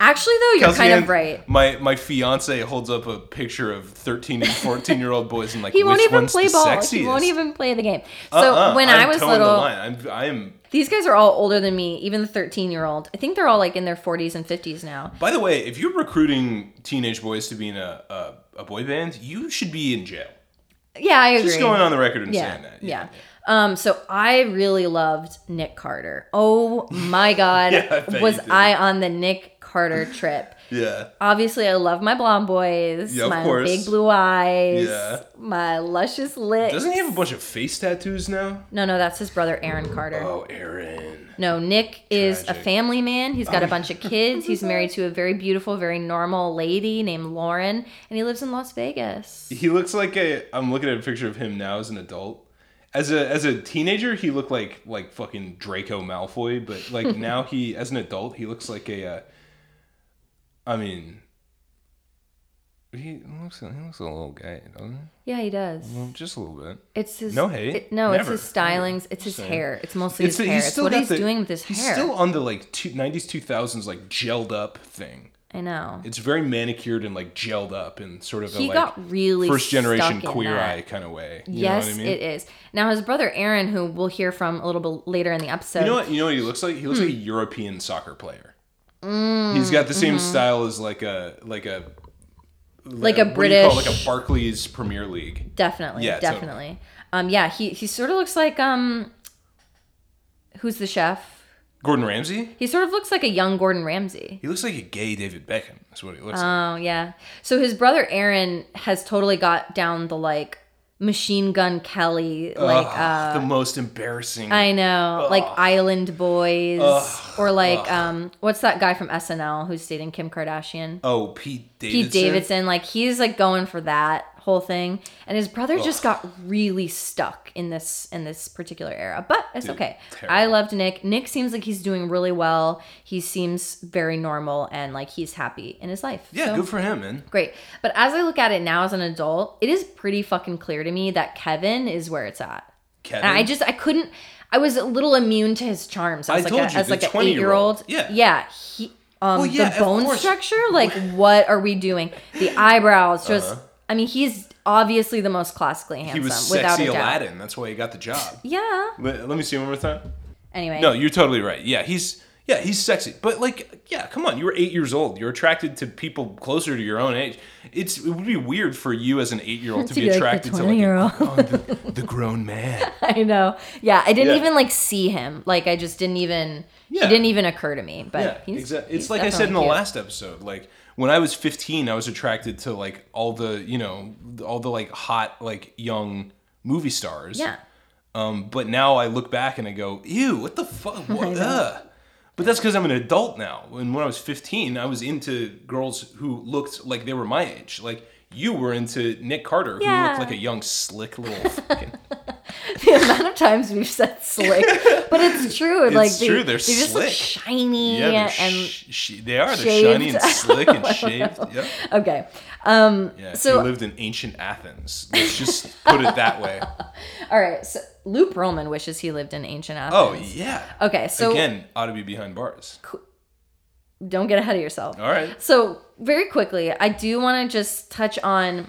Actually, though, you're kind of right. My my fiance holds up a picture of 13 and 14 year old boys and like He won't which even one's play the ball. Sexiest? He won't even play the game. So Uh-uh, when I'm i was toeing the little, line. I'm, I'm these guys are all older than me. Even the 13 year old. I think they're all like in their 40s and 50s now. By the way, if you're recruiting teenage boys to be in a, a, a boy band, you should be in jail. Yeah, I agree. Just going on the record and yeah, saying that. yeah. Um. So I really loved Nick Carter. Oh my God, Yeah, I bet was you did. I on the Nick Carter trip? Yeah. Obviously, I love my blonde boys, Yeah, of my course. big blue eyes, Yeah. my luscious lips. Doesn't he have a bunch of face tattoos now? No, no, that's his brother Aaron Carter. Oh, Aaron. No, Nick is a Tragic. family man. He's got a bunch of kids. He's married to a very beautiful, very normal lady named Lauren, and he lives in Las Vegas. He looks like a. I'm looking at a picture of him now as an adult. As a as a teenager, he looked like like fucking Draco Malfoy, but like now he as an adult, he looks like a. Uh, I mean. He looks he looks a little gay, doesn't he? Yeah, he does. Well, just a little bit. It's his No hate. it- no, Never. it's his stylings. It's his Same. hair. It's mostly his he's hair. It's still what got he's the- doing with his he's hair. still on the like two, 90s 2000s like gelled up thing I know. it's very manicured and like gelled up and sort of He a like got really first generation stuck in queer that. eye kind of way you yes, know what i mean it is. Now his brother Aaron, who we'll hear from a little bit later in the episode. you know what you know what he looks like he looks Hmm. like a european soccer player he's got the same style as like a like a Mm-hmm. Like a what do you call it? British- like a barclays premier league Definitely, Yeah, totally. definitely. Um, yeah, he he sort of looks like um, who's the chef? gordon ramsay He sort of looks like a young Gordon Ramsay. he looks like a gay david beckham that's what he looks like Oh yeah. So his brother Aaron has totally got down the like machine gun Kelly, Ugh, like uh, Ah, the most embarrassing I know, like Island Boys, or like um, what's that guy from SNL who's dating Kim Kardashian? oh pete davidson Pete Davidson, like he's like going for that whole thing, and his brother just got really stuck in this in this particular era. But it's okay. I terrible. loved Nick. Nick seems like he's doing really well. He seems very normal and like he's happy in his life. yeah So, good for him man great. But as I look at it now as an adult, it is pretty fucking clear to me that Kevin is where it's at. Kevin. And I just I couldn't. I was a little immune to his charms. I I was told like a, you, as the like an 20 eight year old. year old. Yeah. yeah. He um Well, yeah, the of bone course. structure. Like what are we doing? The eyebrows. Just I mean, he's obviously the most classically handsome. Uh-huh. He was without sexy a doubt. Aladdin. That's why he got the job. Yeah. let, let me see one more time. Anyway. No, you're totally right. Yeah, he's Yeah, he's sexy. But like, yeah, come on. You were eight years old. You're attracted to people closer to your own age. It's it would be weird for you as an eight year old to be To be like the attracted to like a- 20-year-old. oh, the, the grown man. I know. Yeah, I didn't Yeah. even like see him. Like I just didn't even. Yeah. It didn't even occur to me. But Yeah, he's, exactly. he's It's like I said in the definitely cute. last episode. Like when I was 15, I was attracted to like all the you know all the like hot like young movie stars. Yeah. Um, but now I look back and I go, ew, what the fuck? What? Ugh. But that's because I'm an adult now. And when I was 15, I was into girls who looked like they were my age. Like you were into Nick Carter, who Yeah. looked like a young, slick little. Fucking, the amount of times we've said slick, but it's true. like they, true, they're just look slick. shiny yeah, they're and sh- sh- they are. They're shaved. shiny and slick and shaved. Yep. okay. Um, Yeah, if so you lived in ancient Athens. Let's just put it that way. all right, so Luke Roman wishes he lived in ancient Oh Athens. yeah. Okay, so Again, ought to be behind bars. don't get ahead of yourself. All right. So, very quickly, I do want to just touch on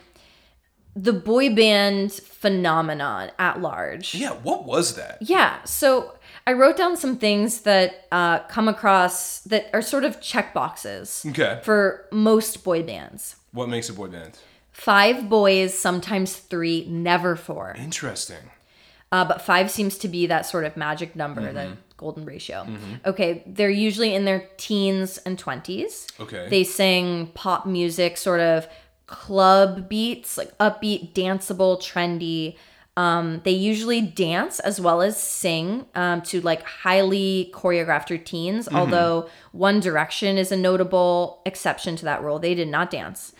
the boy band phenomenon at large. Yeah. What was that? Yeah. So I wrote down some things that uh, come across that are sort of check boxes Okay. for most boy bands. What makes a boy band? Five boys, sometimes three, never four. Interesting. Uh, but five seems to be that sort of magic number, that golden ratio. Okay, they're usually in their teens and 20s. Okay. They sing pop music, sort of club beats, like upbeat, danceable, trendy. Um, they usually dance as well as sing um, to like highly choreographed routines, although One Direction is a notable exception to that rule. They did not dance.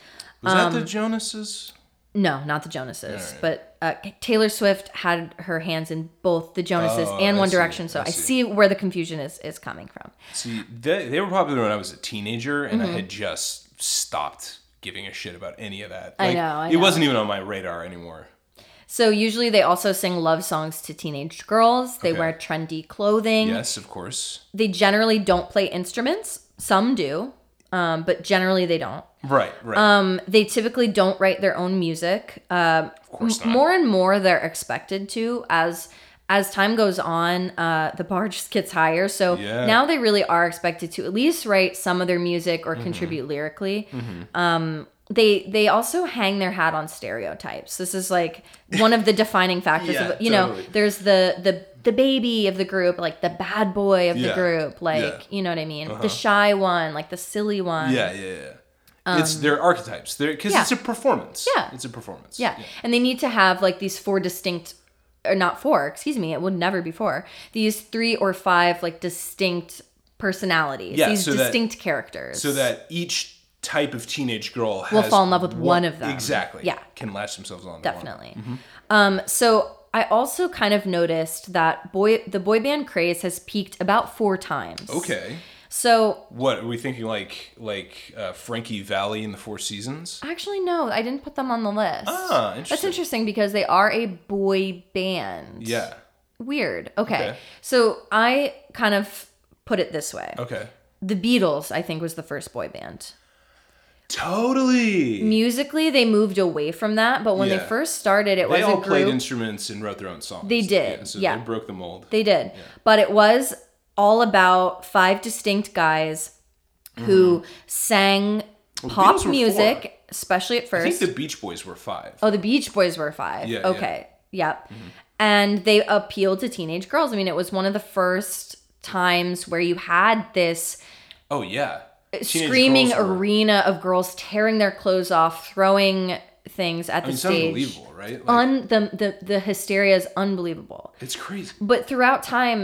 Was Um, that the Jonases? No, not the Jonases, but uh, Taylor Swift had her hands in both the Jonases Oh, and I One see, Direction, so I I see. see where the confusion is is coming from. See, they, they were popular when I was a teenager, and Mm-hmm. I had just stopped giving a shit about any of that. I know, I it know. wasn't even on my radar anymore. So usually they also sing love songs to teenage girls. They Okay. wear trendy clothing. Yes, of course. They generally don't play instruments. Some do, um, but generally they don't. Right. Right. Um, they typically don't write their own music. Um, of course not. more and more they're expected to as as time goes on uh, the bar just gets higher so Yeah. now they really are expected to at least write some of their music or contribute Mm-hmm. lyrically um, they they also hang their hat on stereotypes this is like one of the defining factors Yeah, of you know totally. there's the the the baby of the group like the bad boy of Yeah. the group like Yeah. Uh-huh. you know what i mean the shy one like the silly one yeah. Yeah. Yeah. it's their archetypes. They're because um, yeah. it's a performance. Yeah. It's a performance. Yeah. And they need to have like these four distinct or not four, excuse me, it would never be four. These three or five like distinct personalities. Yeah, these so that- distinct characters. so that each type of teenage girl has Will fall in love with one of them. Exactly. Yeah. Can latch themselves on. to one. Mm-hmm. definitely. Um so I also kind of noticed that boy the boy band craze has peaked about four times. Okay. So What are we thinking? Like like uh, Frankie Valley in the Four Seasons. actually no, I didn't put them on the list. Ah, That's interesting. interesting because they are a boy band. Yeah. Weird. Okay. Okay. So I kind of put it this way. Okay. The Beatles, I think, was the first boy band. Totally. Musically, they moved away from that, but when Yeah. they first started, it They was all a played group. instruments and wrote their own songs. They did, Yeah, so yeah. they broke the mold. they did, but it was all about five distinct guys who sang Mm-hmm. Beatles pop were music, four. especially at I first. think the Beach Boys were five. oh, the Beach Boys were five. Yeah, Mm-hmm. yeah. okay, yep. And they appealed to teenage girls. I mean, it was one of the first times where you had this Oh yeah. Teenage Uh, screaming girls were- arena of girls tearing their clothes off, throwing things at I mean, the it's stage. unbelievable, right? Like, Un the, the the hysteria is unbelievable. it's crazy. But throughout time,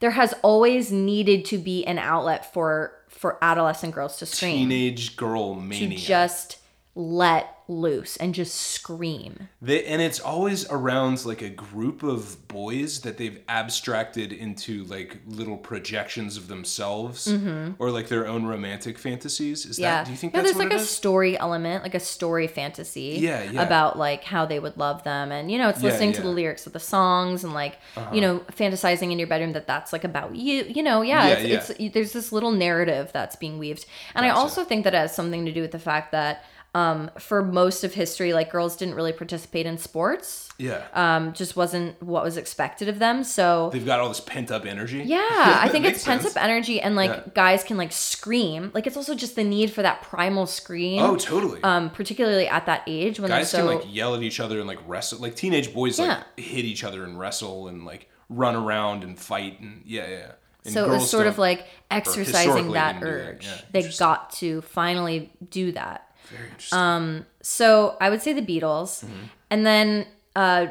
there has always needed to be an outlet for for adolescent girls to scream, Teenage girl to mania. just let loose and just scream. They, and it's always around like a group of boys that they've abstracted into like little projections of themselves or like their own romantic fantasies. Is Mm-hmm. yeah. that? Do you think no, that's there's what it like a is? story element, like a story fantasy Yeah, yeah. about like how they would love them and you know, it's Yeah, listening to yeah. Uh-huh. the lyrics of the songs and like, you know, fantasizing in your bedroom that that's like about you, you know, yeah, Yeah, it's, yeah. it's there's this little narrative that's being weaved. And I Gotcha. also think that it has something to do with the fact that Um, for most of history, like girls didn't really participate in sports. Yeah. Um, just wasn't what was expected of them. So They've got all this pent up energy. yeah, I think Makes it's pent sense. up energy, and like Yeah. guys can like scream. Like it's also just the need for that primal scream. Oh, totally. Um, particularly at that age when Guys they're so can like yell at each other and like wrestle. Like teenage boys Yeah. like hit each other and wrestle and like run around and fight and yeah, yeah. yeah. And so it was girls sort of don't. like exercising historically that didn't do that. urge. Yeah, they interesting. got to finally do that. Very interesting. um, So I would say the Beatles, Mm-hmm. and then uh,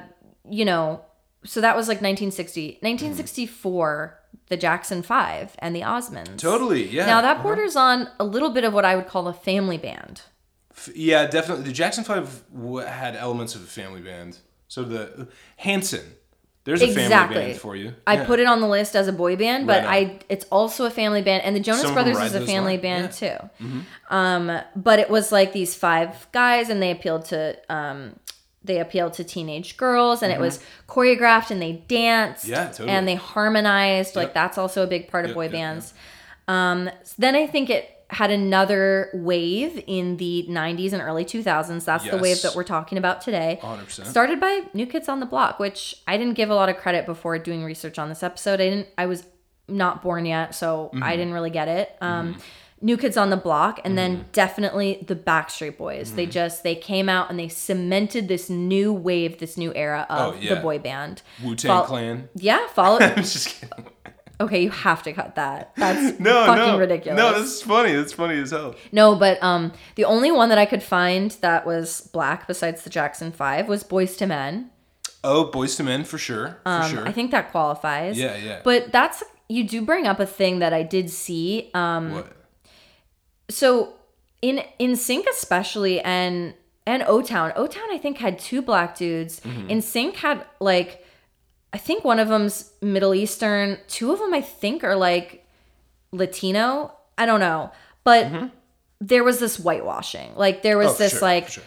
you know, so that was like 1960, Mm-hmm. 1964, the Jackson Five and the Osmonds. totally. Yeah. uh-huh. Now that borders on a little bit of what I would call a family band. F- Yeah, definitely. The Jackson Five w- had elements of a family band. So the uh, Hanson, there's a Exactly. family band for you. I Yeah. put it on the list as a boy band, but Right I it's also a family band, and the Jonas Some of them Brothers ride is a those Mm-hmm. family band lines, too. Um, but it was like these five guys, and they appealed to um, they appealed to teenage girls, and it was choreographed, and they danced, Mm-hmm. Yeah, totally. and they harmonized. Like that's also a big part of Yep, boy yep, yep. bands. Um, so then I think it had another wave in the 90s and early 2000s. That's the wave Yes. that we're talking about today. 100%. Started by New Kids on the Block, which I didn't give a lot of credit before doing research on this episode. I didn't I was not born yet, so Mm-hmm. I didn't really get it. Um New Kids on the Block and then Mm-hmm. definitely the Backstreet Boys. They just they came out and they cemented this new wave, this new era of Oh, yeah. the boy band. Wu Tang Fol- Clan. Yeah, follow I'm just kidding. Okay, you have to cut that. That's No, fucking no, ridiculous. No, this is funny. That's funny as hell. No, but um, the only one that I could find that was black besides the Jackson Five was Boys to Men. Oh, Boys to Men for sure. For Um, sure. I think that qualifies. Yeah, yeah. But that's you do bring up a thing that I did see. Um, what? so in in Sync especially and and O Town, O Town I think had two black dudes. Mm-hmm. In Sync had like I think one of them's Middle Eastern. Two of them I think are like Latino. I don't know, but. There was this whitewashing. Like there was Mm-hmm. Oh, for this sure, like for sure.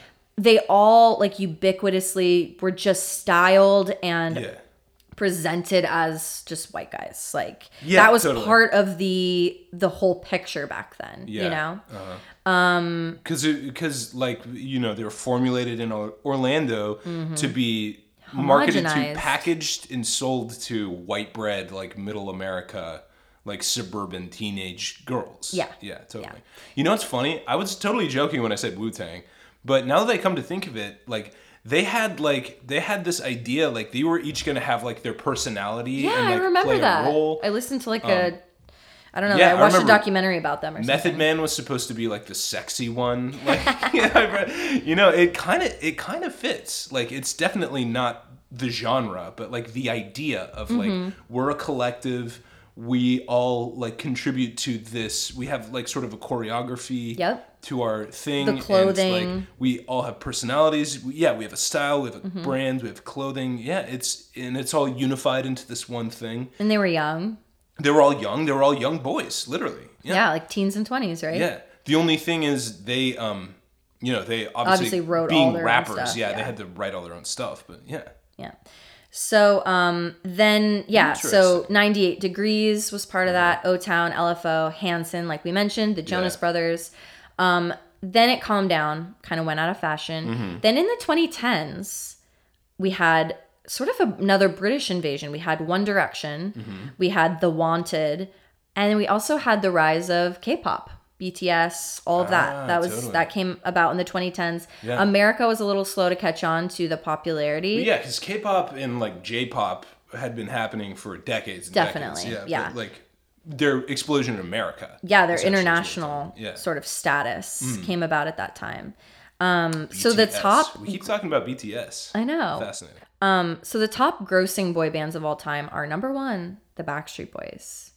they all like ubiquitously were just styled and Yeah. presented as just white guys. Like Yeah, that was totally. part of the the whole picture back then. Yeah. Uh, You know? Because because like you know they were formulated in Or- Orlando to be marketed to, Mm-hmm. Homogenized. packaged and sold to white bread like middle America, like suburban teenage girls. Yeah. yeah, totally. You know what's funny? I was totally joking when I said Wu Tang, but now that I come to think of it, like they had like they had this idea like they were each gonna have like their personality. Yeah, and, like, I remember play that. A role. Um, I listened to like a I don't know, yeah, I I watched a remember- documentary about them or Method something. Man was supposed to be like the sexy one, like yeah, I read- you know, it kind of it kind of fits. Like it's definitely not the genre, but like the idea of Mm-hmm. like we're a collective, we all like contribute to this. We have like sort of a choreography Yep. to our thing. The and it's, clothing. Mm-hmm. like we all have personalities. We- Yeah, we have a style, we have a brand, we have clothing. Yeah, it's and it's all unified into this one thing. And they were young. They were all young. They were all young boys, literally. Yeah, like teens and twenties, right? Yeah. The only thing is they um you know, they obviously, Obviously wrote being all their own rappers, stuff, yeah, yeah. they had to write all their own stuff, but yeah. Yeah. So um then yeah, so Interesting. 98 degrees was part of that, O Town, LFO, Hanson, like we mentioned, the Jonas Yeah. Brothers. Um then it calmed down, kind of went out of fashion. Mm-hmm. Then in the 2010s, we had sort of a- another British invasion. We had One Direction, Mm-hmm. we had The Wanted, and then we also had the rise of K-pop, BTS, all of that. Ah, that was totally. that came about in the 2010s. Yeah. America was a little slow to catch on to the popularity. But yeah, cuz K-pop and like J-pop had been happening for decades and Definitely, decades. yeah. but, like their explosion in America. yeah, their essentially is what we're international talking- yeah. Mm-hmm. sort of status came about at that time. Um, so the BTS. top, We keep talking about BTS. I know. Fascinating. Um, so the top grossing boy bands of all time are number one, the Backstreet Boys,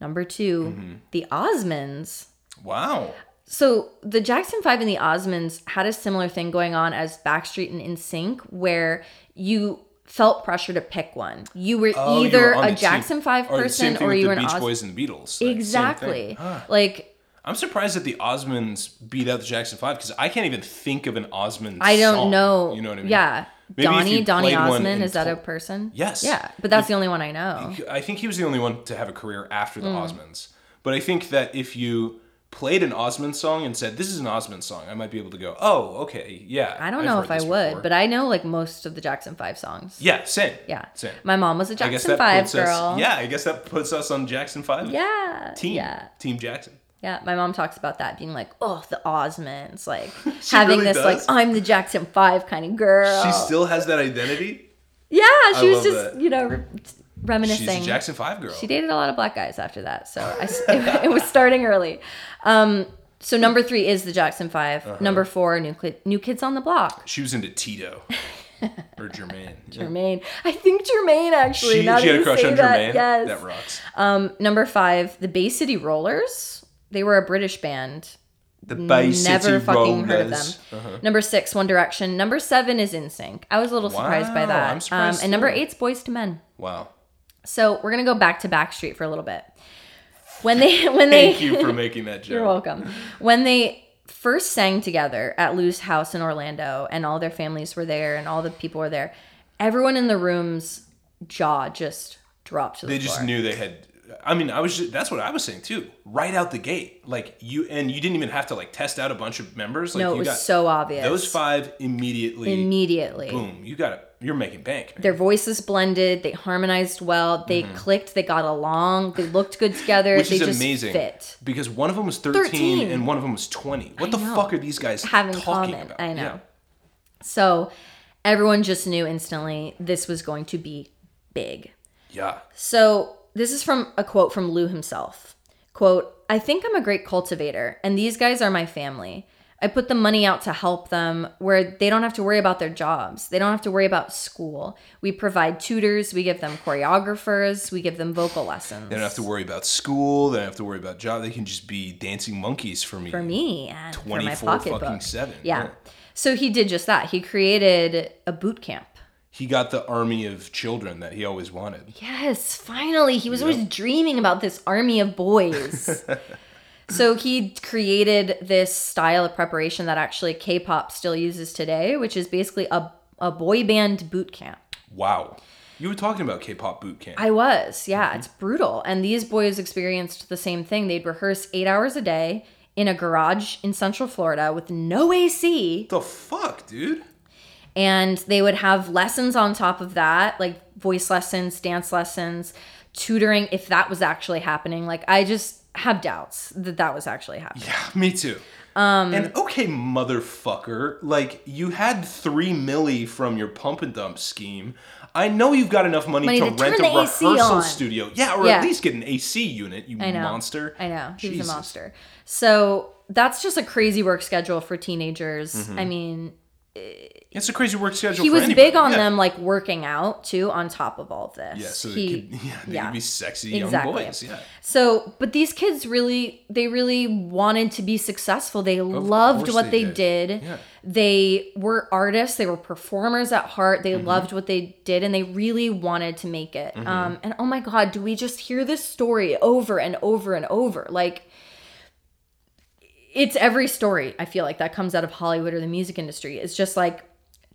number 2 Mm-hmm. the Osmonds. Wow. So the Jackson Five and the Osmonds had a similar thing going on as Backstreet and InSync, where you felt pressure to pick one. You were Oh, you either were on a the Jackson team- Five or the same person thing or with you were the an Beach Osmond. Boys and the Beatles. Like, same thing. Exactly. Huh. Like I'm surprised that the Osmonds beat out the Jackson Five because I can't even think of an Osmond. I don't song. know. You know what I mean? Yeah. Maybe if Donnie, you Donnie played one Osmond, and is that a told- person? Yes. Yeah, but that's the only one I know. Hmm. I think he was the only one to have a career after the Osmonds. But I think that if you played an Osmond song and said, "This is an Osmond song," I might be able to go, "Oh, okay, yeah." I don't I've know heard if I this would, before." but I know like most of the Jackson Five songs. yeah, same. Yeah. same. My mom was a I guess Jackson that Five puts girl. us. Yeah, I guess that puts us on Jackson Five. Yeah. team. Yeah. Team Jackson. Yeah. My mom talks about that being like, oh, the Osmonds, like She having really this like does? I'm the Jackson Five kind of girl. She still has that identity. yeah. She was love just that. you know re- reminiscing. She's a Jackson Five girl. She dated a lot of black guys after that, so I s it, was starting early. Um, so number three is the Jackson 5 Uh-huh. Number four, new, Kid- new Kids on the Block. she was into Tito or Jermaine. Yeah. Jermaine, I think Jermaine actually. She, she now that had a you crush say on that, Jermaine. Yes. That rocks. Um, number five, the Bay City Rollers. They were a British band. The Bay Never City fucking heard of them. Rollers. Uh-huh. Number six, One Direction. Number seven is NSYNC. I was a little surprised by Wow, that. Um, I'm surprised and number too. eight's Boys to Men. Wow. So we're gonna go back to Backstreet for a little bit. When they when they Thank you for making that joke. You're welcome. When they first sang together at Lou's house in Orlando and all their families were there and all the people were there, everyone in the room's jaw just dropped to the They just floor. knew they had. I mean, I was. Just, that's what I was saying too. Right out the gate, like you and you didn't even have to like test out a bunch of members. Like no, you it was got so obvious. those five immediately. immediately. boom! You got it. You're making bank. man. Their voices blended, they harmonized well, they clicked, they got along, they looked good together, Mm-hmm. Which they is just amazing fit. because one of them was 13, 13. and one of them was 20. What the know. fuck are these guys Have in talking common. about? I know. Yeah. So everyone just knew instantly this was going to be big. Yeah. So this is from a quote from Lou himself. Quote, I think I'm a great cultivator, and these guys are my family. I put the money out to help them where they don't have to worry about their jobs. They don't have to worry about school. We provide tutors, we give them choreographers, we give them vocal lessons. They don't have to worry about school. They don't have to worry about job. They can just be dancing monkeys for me. for me and for my 24 fucking pocketbook. seven, Yeah. yeah. So he did just that. He created a boot camp. He got the army of children that he always wanted. Yes, finally. He was always dreaming about this army of boys. so he created this style of preparation that actually K pop still uses today, which is basically a, a boy band boot camp. Wow. You were talking about K-pop boot camp. I was, Mm-hmm. yeah, it's brutal. And these boys experienced the same thing. They'd rehearse eight hours a day in a garage in Central Florida with no AC. the fuck, dude? and they would have lessons on top of that like voice lessons dance lessons tutoring if that was actually happening like i just have doubts that that was actually happening Yeah, me too. Um, and okay, motherfucker, like you had three milli from your pump and dump scheme. I know you've got enough money, Money to, to rent turn a the AC rehearsal on. studio. Yeah, or Yeah. at least get an AC unit, you i know monster. i know he's Jesus. a monster so that's just a crazy work schedule for teenagers i mean It's a crazy work schedule. he Mm-hmm. for was anybody. big on Yeah. them like working out too on top of all of this Yeah, so he they could, yeah, they could be sexy Exactly. young boys. Yeah. So, but these kids really, they really wanted to be successful. They loved course what they, they did. did. Yeah. They were artists, they were performers at heart. They Mm-hmm. loved what they did and they really wanted to make it. Um, and oh my God, do we just hear this story over and over and over? Like, it's every story I feel like that comes out of Hollywood or the music industry. It's just like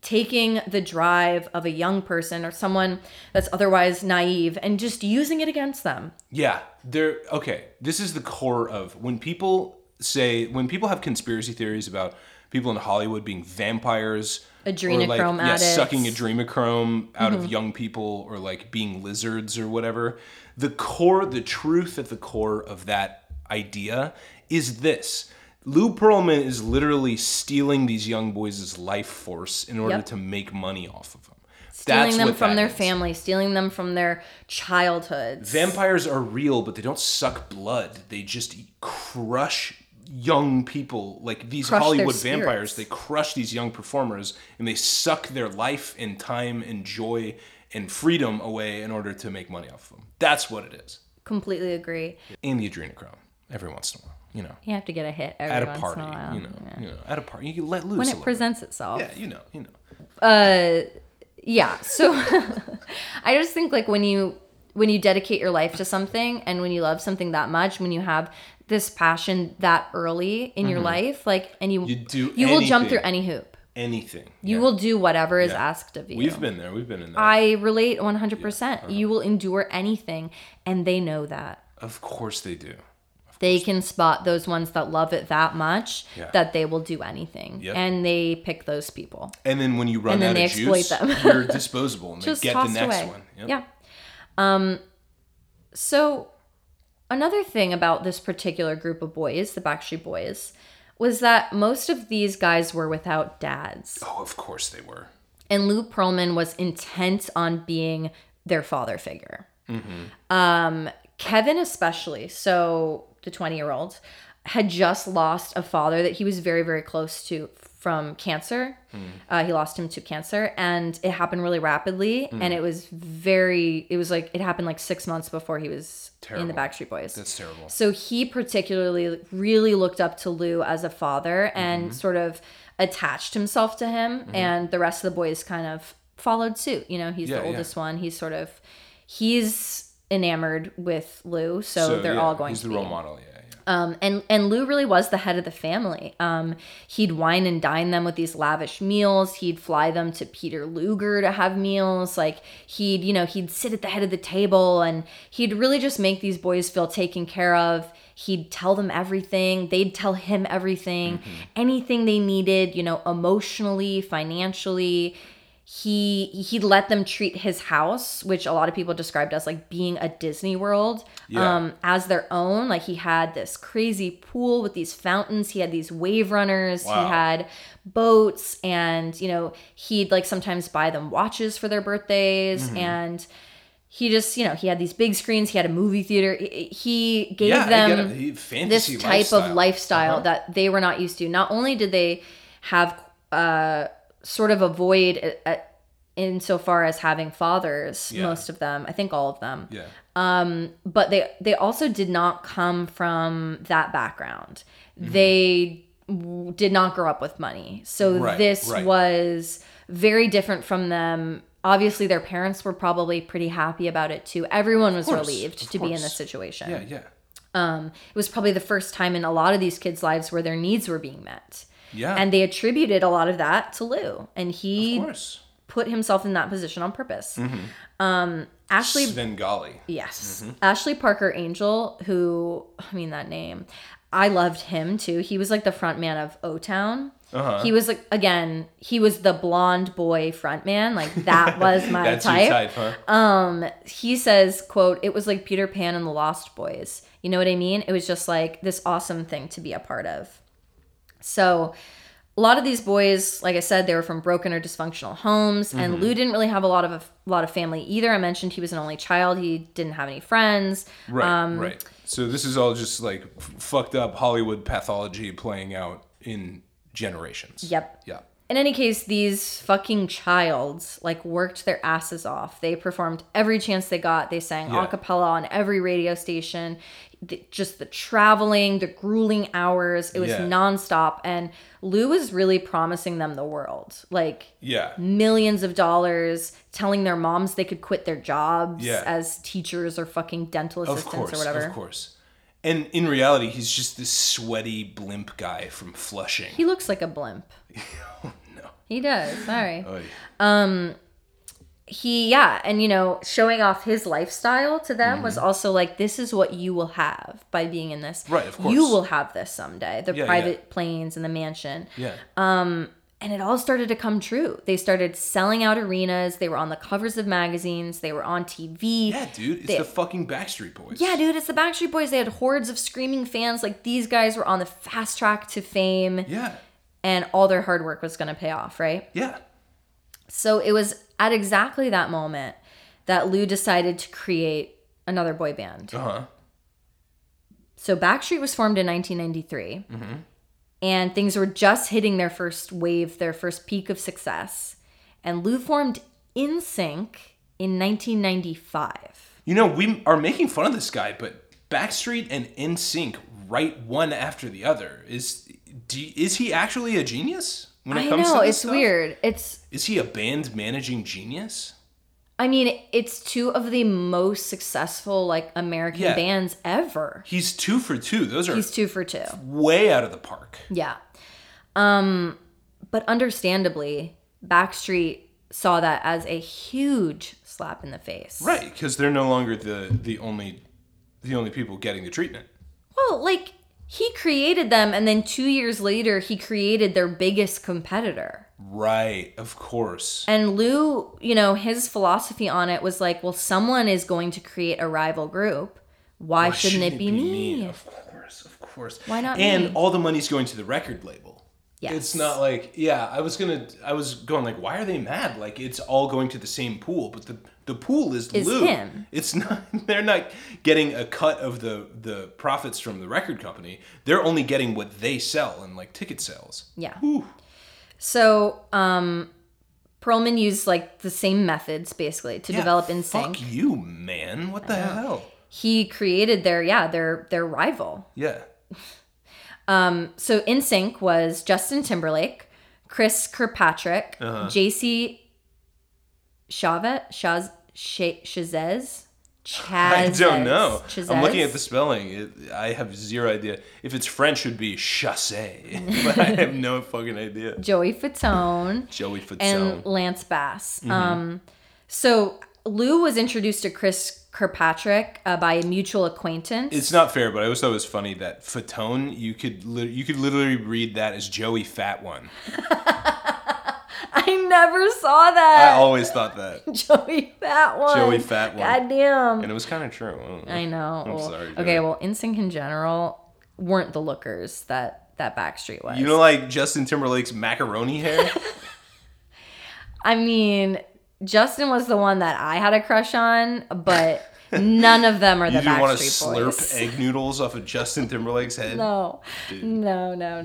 taking the drive of a young person or someone that's otherwise naive and just using it against them. Yeah, they're okay. This is the core of when people say when people have conspiracy theories about people in Hollywood being vampires, or Adrenochrome yeah, addicts. Mm-hmm. sucking adrenochrome out of young people, or like being lizards or whatever. The core, the truth at the core of that idea is this. Lou Pearlman is literally stealing these young boys' life force in order Yep. to make money off of them. stealing That's them what from that their is. family, stealing them from their childhoods. Vampires are real, but they don't suck blood. They just crush young people. Like these Crush their Hollywood spirits. vampires, they crush these young performers and they suck their life and time and joy and freedom away in order to make money off of them. That's what it is. Completely agree. And the adrenochrome every once in a while, you know, You have to get a hit every at a once party, in a while. you know, you know, at a party, you can let loose When a it little. presents itself. yeah, you know, you know. yeah so i just think like when you when you dedicate your life to something and when you love something that much when you have this passion that early in your life like and you Mm-hmm. You do you will jump anything. through any hoop Anything. you Yeah. will do whatever is Yeah. asked of you We've been uh-huh. there. We've been in that. i relate 100% you will endure anything and they know that of course they do. Of they can spot those ones that love it that much Yeah. that they will do anything. Yep. And they pick those people. And then when you run And then out they of exploit juice, them. you're disposable and Just they get the tossed next away. one. Yep. Yeah. Um so another thing about this particular group of boys, the Backstreet Boys, was that most of these guys were without dads. Oh, of course they were. And Lou Pearlman was intent on being their father figure. Um, Kevin, especially, so the 20 year old, had just lost a father that he was very, very close to from cancer. Uh, he lost him to cancer, and it happened really rapidly. And it was very, it was like, it happened like six months before he was in Terrible. the Backstreet Boys. That's terrible. So he particularly really looked up to Lou as a father and Mm-hmm. sort of attached himself to him, and the rest of the boys kind of followed suit. You know, he's Yeah, the yeah. oldest one. He's sort of he's enamored with Lou, so, So, they're yeah, all going He's to the be. role model. Yeah, yeah. Um, and and Lou really was the head of the family. Um, he'd wine and dine them with these lavish meals. He'd fly them to Peter Luger to have meals. Like he'd you know he'd sit at the head of the table and he'd really just make these boys feel taken care of. He'd tell them everything. They'd tell him everything, anything they needed. You know, emotionally, financially. He he'd let them treat his house, which a lot of people described as like being a Disney World Yeah. um, as their own. Like he had this crazy pool with these fountains. He had these wave runners. Wow. He had boats, and you know he'd like sometimes buy them watches for their birthdays, Mm-hmm. and he just you know he had these big screens. He had a movie theater. He- He gave yeah, I them get it. He- this fantasy type of lifestyle Uh-huh. that they were not used to. Not only did they have uh, sort of a void a- a- insofar as having fathers, Yeah. most of them, I think all of them, Yeah. but they they also did not come from that background. Mm-hmm. They w- did not grow up with money. So Right, this right. was very different from them. Obviously their parents were probably pretty happy about it too. Everyone was course, relieved of to be in course. this situation. Yeah, yeah. It was probably the first time in a lot of these kids' lives where their needs were being met. Yeah. And they attributed a lot of that to Lou and of he course. Mm-hmm. put himself in that position on purpose. Um Ashley Svengali. Yes. Mm-hmm. Ashley Parker Angel, who, I mean, that name, I loved him too. He was like the front man of O Town. Uh-huh. He was like, again, he was the blonde boy front man. Like, that was my That's type. your type, huh? He says, quote, it was like Peter Pan and the Lost Boys. You know what I mean? It was just like this awesome thing to be a part of. So, a lot of these boys, like I said, they were from broken or dysfunctional homes, and Lou didn't really have a lot of a lot of family either. I mentioned he was an only child; he didn't have any friends. right, Um, right. So this is all just like f- fucked up Hollywood pathology playing out in generations. Yep. Yeah. In any case, these fucking childs like worked their asses off. They performed every chance they got. They sang Yeah. a cappella on every radio station. The- just the traveling, the grueling hours. It was Yeah. nonstop. And Lou was really promising them the world. Like Yeah. millions of dollars, telling their moms they could quit their jobs Yeah. as teachers or fucking dental Of assistants course. or whatever. Of course. And in reality, he's just this sweaty blimp guy from Flushing. He looks like a blimp. Oh, He does. Sorry. Oy. he yeah and you know showing off his lifestyle to them was Mm-hmm. also like this is what you will have by being in this Right, of you course. will have this someday the Yeah, yeah. private planes and the mansion Yeah. Um, and it all started to come true they started selling out arenas they were on the covers of magazines they were on tv yeah, dude. It's they- the fucking Backstreet Boys. yeah, dude, it's the Backstreet Boys. They had hordes of screaming fans. Like these guys were on the fast track to fame, Yeah. and all their hard work was going to pay off, right? Yeah. So it was at exactly that moment that Lou decided to create another boy band. Uh huh. So Backstreet was formed in 1993, Mm-hmm. and things were just hitting their first wave, their first peak of success. And Lou formed InSync in 1995. You know, we are making fun of this guy, but Backstreet and NSYNC right one after the other. Is do, is he actually a genius? When I to know this it's stuff? weird. It's Is he a band managing genius? I mean, it's two of the most successful like American Yeah. bands ever. He's two for two. Those are He's two for two. way out of the park. Yeah. Um, but understandably, Backstreet saw that as a huge slap in the face. Right, because they're no longer the the only the only people getting the treatment. Well, like he created them, and then two years later, he created their biggest competitor. Right, of course. And Lou, you know, his philosophy on it was like, well, someone is going to create a rival group. Why, Why shouldn't, it be, me? Of course, of course. Why not And me? all the money's going to the record label. Yes. It's not like yeah, I was gonna I was going like, why are they mad? Like it's all going to the same pool, but the the pool is, Is Lou. him. It's not they're not getting a cut of the the profits from the record company. They're only getting what they sell and like ticket sales. Yeah. Whew. So, um, Perlman used like the same methods basically to Yeah, develop Insync. Fuck you, man. What the hell? He created their yeah their their rival. Yeah. So Insync was Justin Timberlake, Chris Kirkpatrick, Uh-huh. J.C. Chauvet, Chaz, Ch- Chazes, I Chaz. don't know. I'm looking Chazes? at the spelling. It, I have zero idea. If it's French, it would be chasse. but I have no fucking idea. Joey Fatone. Joey Fatone. and Lance Bass. Mm-hmm. Um, so Lou was introduced to Chris Kirkpatrick uh, by a mutual acquaintance. it's not fair, but I always thought it was funny that Fatone. You could lit you could literally read that as Joey Fat One. I never saw I that. always thought that, Joey Fat One. Joey Fat One. God damn. and it was kind of true. I, don't know. I know. I'm sorry, okay, Joey. well, NSYNC in general weren't the lookers that that Backstreet was. You know, like Justin Timberlake's macaroni hair. I mean, Justin was the one that I had a crush on, but none of them are you the didn't want to Backstreet slurp Boys. Um, egg noodles off of Justin Timberlake's head. no, no, no,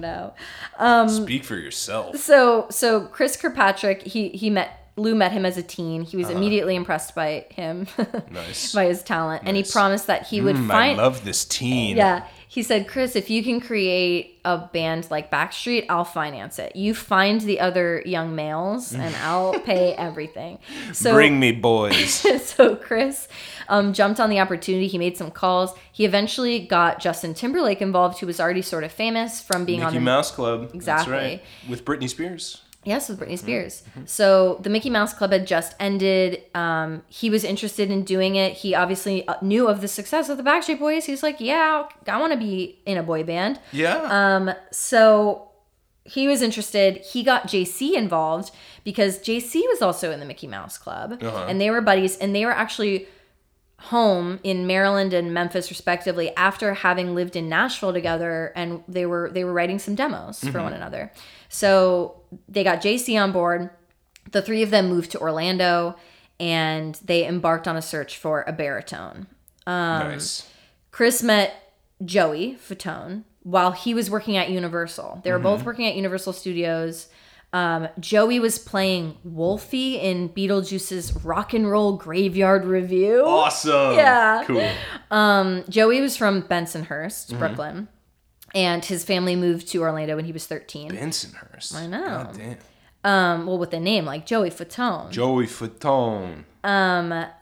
no. Speak for yourself. So so Chris Kirkpatrick, he he met Lou met him as a teen. He Uh-huh. was immediately impressed by him, Nice. by his talent, and he Nice. promised that he would Mm, I find. love this teen. yeah, he said, Chris, if you can create a band like Backstreet, I'll finance it. You find the other young males, and I'll pay everything. So Bring me boys. so Chris um, jumped on the opportunity. He made some calls. He eventually got Justin Timberlake involved, who was already sort of famous from being on Mickey the Mouse Club. Exactly. That's right. With Britney Spears. Yes, Mm-hmm. with Britney Spears. So the Mickey Mouse Club had just ended. Um, he was interested in doing it. He obviously uh, knew of the success of the Backstreet Boys. He was like, "Yeah, I want to be in a boy band." Yeah. Um, so he was interested. He got JC involved because JC was also in the Mickey Mouse Club, and they were buddies, and they were actually home in Maryland and Memphis respectively after having lived in Nashville together and they were they were writing some demos for one another. So they got JC on board. The three of them moved to Orlando and they embarked on a search for a baritone. nice. Chris met Joey Fatone while he was working at Universal. They were both working at Universal Studios. Um, Joey was playing Wolfie in Beetlejuice's Rock and Roll Graveyard Review. Awesome. Yeah. Cool. Joey was from Bensonhurst, Brooklyn, and his family moved to Orlando when he was 13. Bensonhurst. I know. God damn. Um, well, with a name like Joey Fatone. Joey Fatone.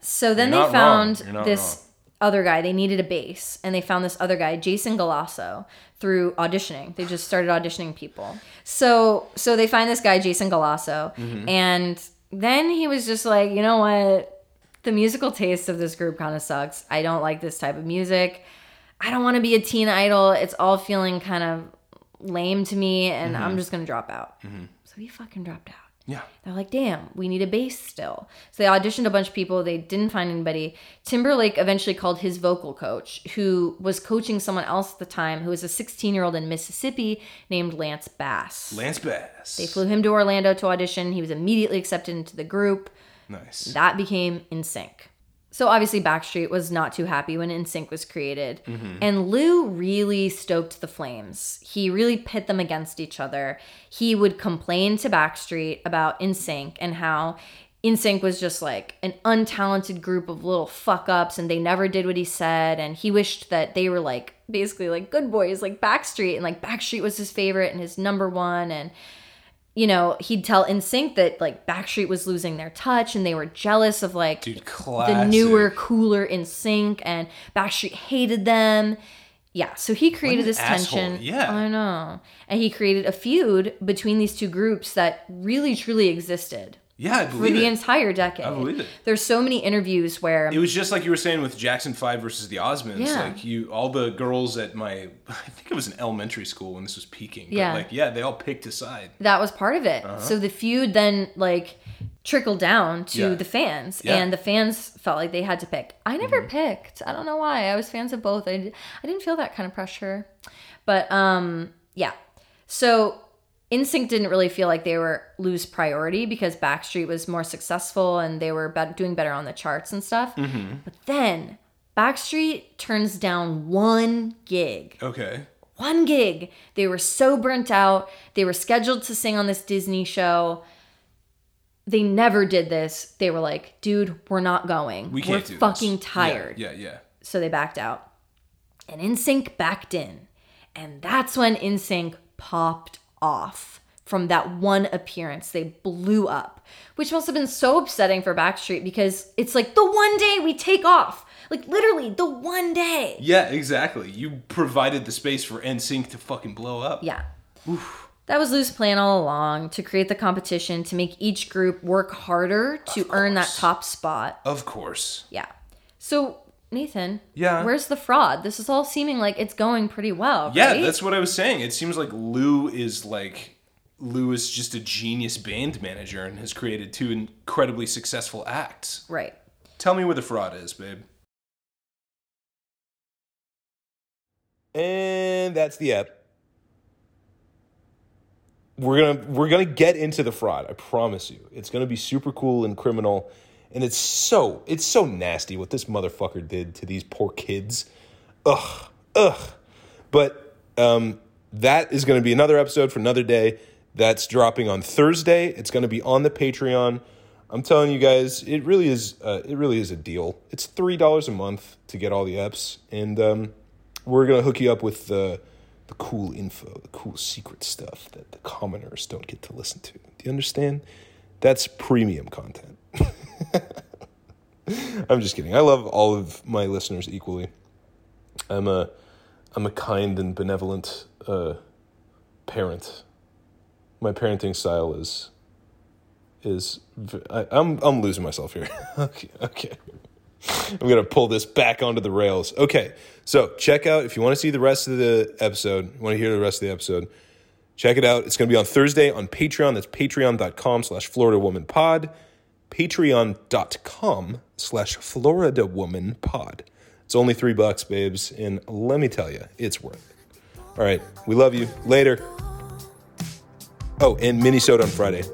So You're then they not wrong. found You're not this other guy. They needed a bass, and they found this other guy, Jason Galasso, through auditioning. They just started auditioning people. So so they find this guy, Jason Galasso, Mm-hmm. and then he was just like, you know what? The musical taste of this group kind of sucks. I don't like this type of music. I don't want to be a teen idol. It's all feeling kind of lame to me, and Mm-hmm. I'm just gonna drop out. So he fucking dropped out. Yeah. They're like, damn, we need a bass still. So they auditioned a bunch of people. They didn't find anybody. Timberlake eventually called his vocal coach, who was coaching someone else at the time, who was a 16 year old in Mississippi named Lance Bass. Lance Bass. they flew him to Orlando to audition. He was immediately accepted into the group. nice. That became NSYNC. So obviously, Backstreet was not too happy when NSYNC was created. And Lou really stoked the flames. He really pit them against each other. He would complain to Backstreet about NSYNC and how NSYNC was just like an untalented group of little fuck ups and they never did what he said. And he wished that they were like basically like good boys, like Backstreet. And like Backstreet was his favorite and his number one. And you know, he'd tell NSYNC that like Backstreet was losing their touch and they were jealous of like Dude, the classic. newer, cooler NSYNC and Backstreet hated them. Yeah, so he created an this asshole. tension. Yeah. I know. And he created a feud between these two groups that really truly existed. Yeah, I for believe the it. entire decade. I believe it. There's so many interviews where it was just like you were saying with Jackson Five versus the Osmonds. Yeah. Like you, all the girls at my, I think it was an elementary school when this was peaking. But Yeah. Like yeah, they all picked a side. that was part of Uh-huh. it. So the feud then like trickled down to Yeah. the fans, Yeah. Mm-hmm. and the fans felt like they had to pick. I never picked. I don't know why. I was fans of both. I, I didn't feel that kind of pressure, but um yeah. So Instinct didn't really feel like they were lose priority because Backstreet was more successful and they were bet doing better on the charts and stuff. Mm-hmm. But then Backstreet turns down one gig Okay. one gig. They were so burnt out. They were scheduled to sing on this Disney show. They never did this. They were like, dude, we're not going. We are can't do fucking this. Yeah, tired. Yeah, yeah. So they backed out. And InSync backed in. And that's when InSync popped off from that one appearance. They blew up, which must have been so upsetting for Backstreet because it's like the one day we take off. Like literally the one day. Yeah, exactly. You provided the space for NSYNC to fucking blow up. Yeah. That was Lou's plan all along to create the competition to make each group work harder to earn that top spot. Of course. Yeah. So, Nathan, Yeah. where's the fraud? This is all seeming like it's going pretty well. Yeah, right? that's what I was saying. It seems like Lou is like Lou is just a genius band manager and has created two incredibly successful acts. right. Tell me where the fraud is, babe. And that's the app. We're gonna we're gonna get into the fraud. I promise you. It's gonna be super cool and criminal, and it's so it's so nasty what this motherfucker did to these poor kids. Ugh, ugh. But um, that is gonna be another episode for another day. That's dropping on Thursday. It's gonna be on the Patreon. I'm telling you guys, it really is uh, it really is a deal. It's three dollars a month to get all the eps, and um, we're gonna hook you up with the the cool info, the cool secret stuff that the commoners don't get to listen to. Do you understand? That's premium content. I'm just kidding. I love all of my listeners equally. I'm a I'm a kind and benevolent uh, parent. My parenting style is is v- I, I'm I'm losing myself here. okay, okay. I'm going to pull this back onto the rails. Okay. So, check out if you want to see the rest of the episode, you want to hear the rest of the episode, check it out. It's going to be on Thursday on Patreon. That's patreon.com slash Florida Woman Pod. Patreon.com slash Florida Woman Pod. It's only three bucks, babes. And let me tell you, it's worth it. All right. We love you. Later. Oh, and Minnesota on Friday.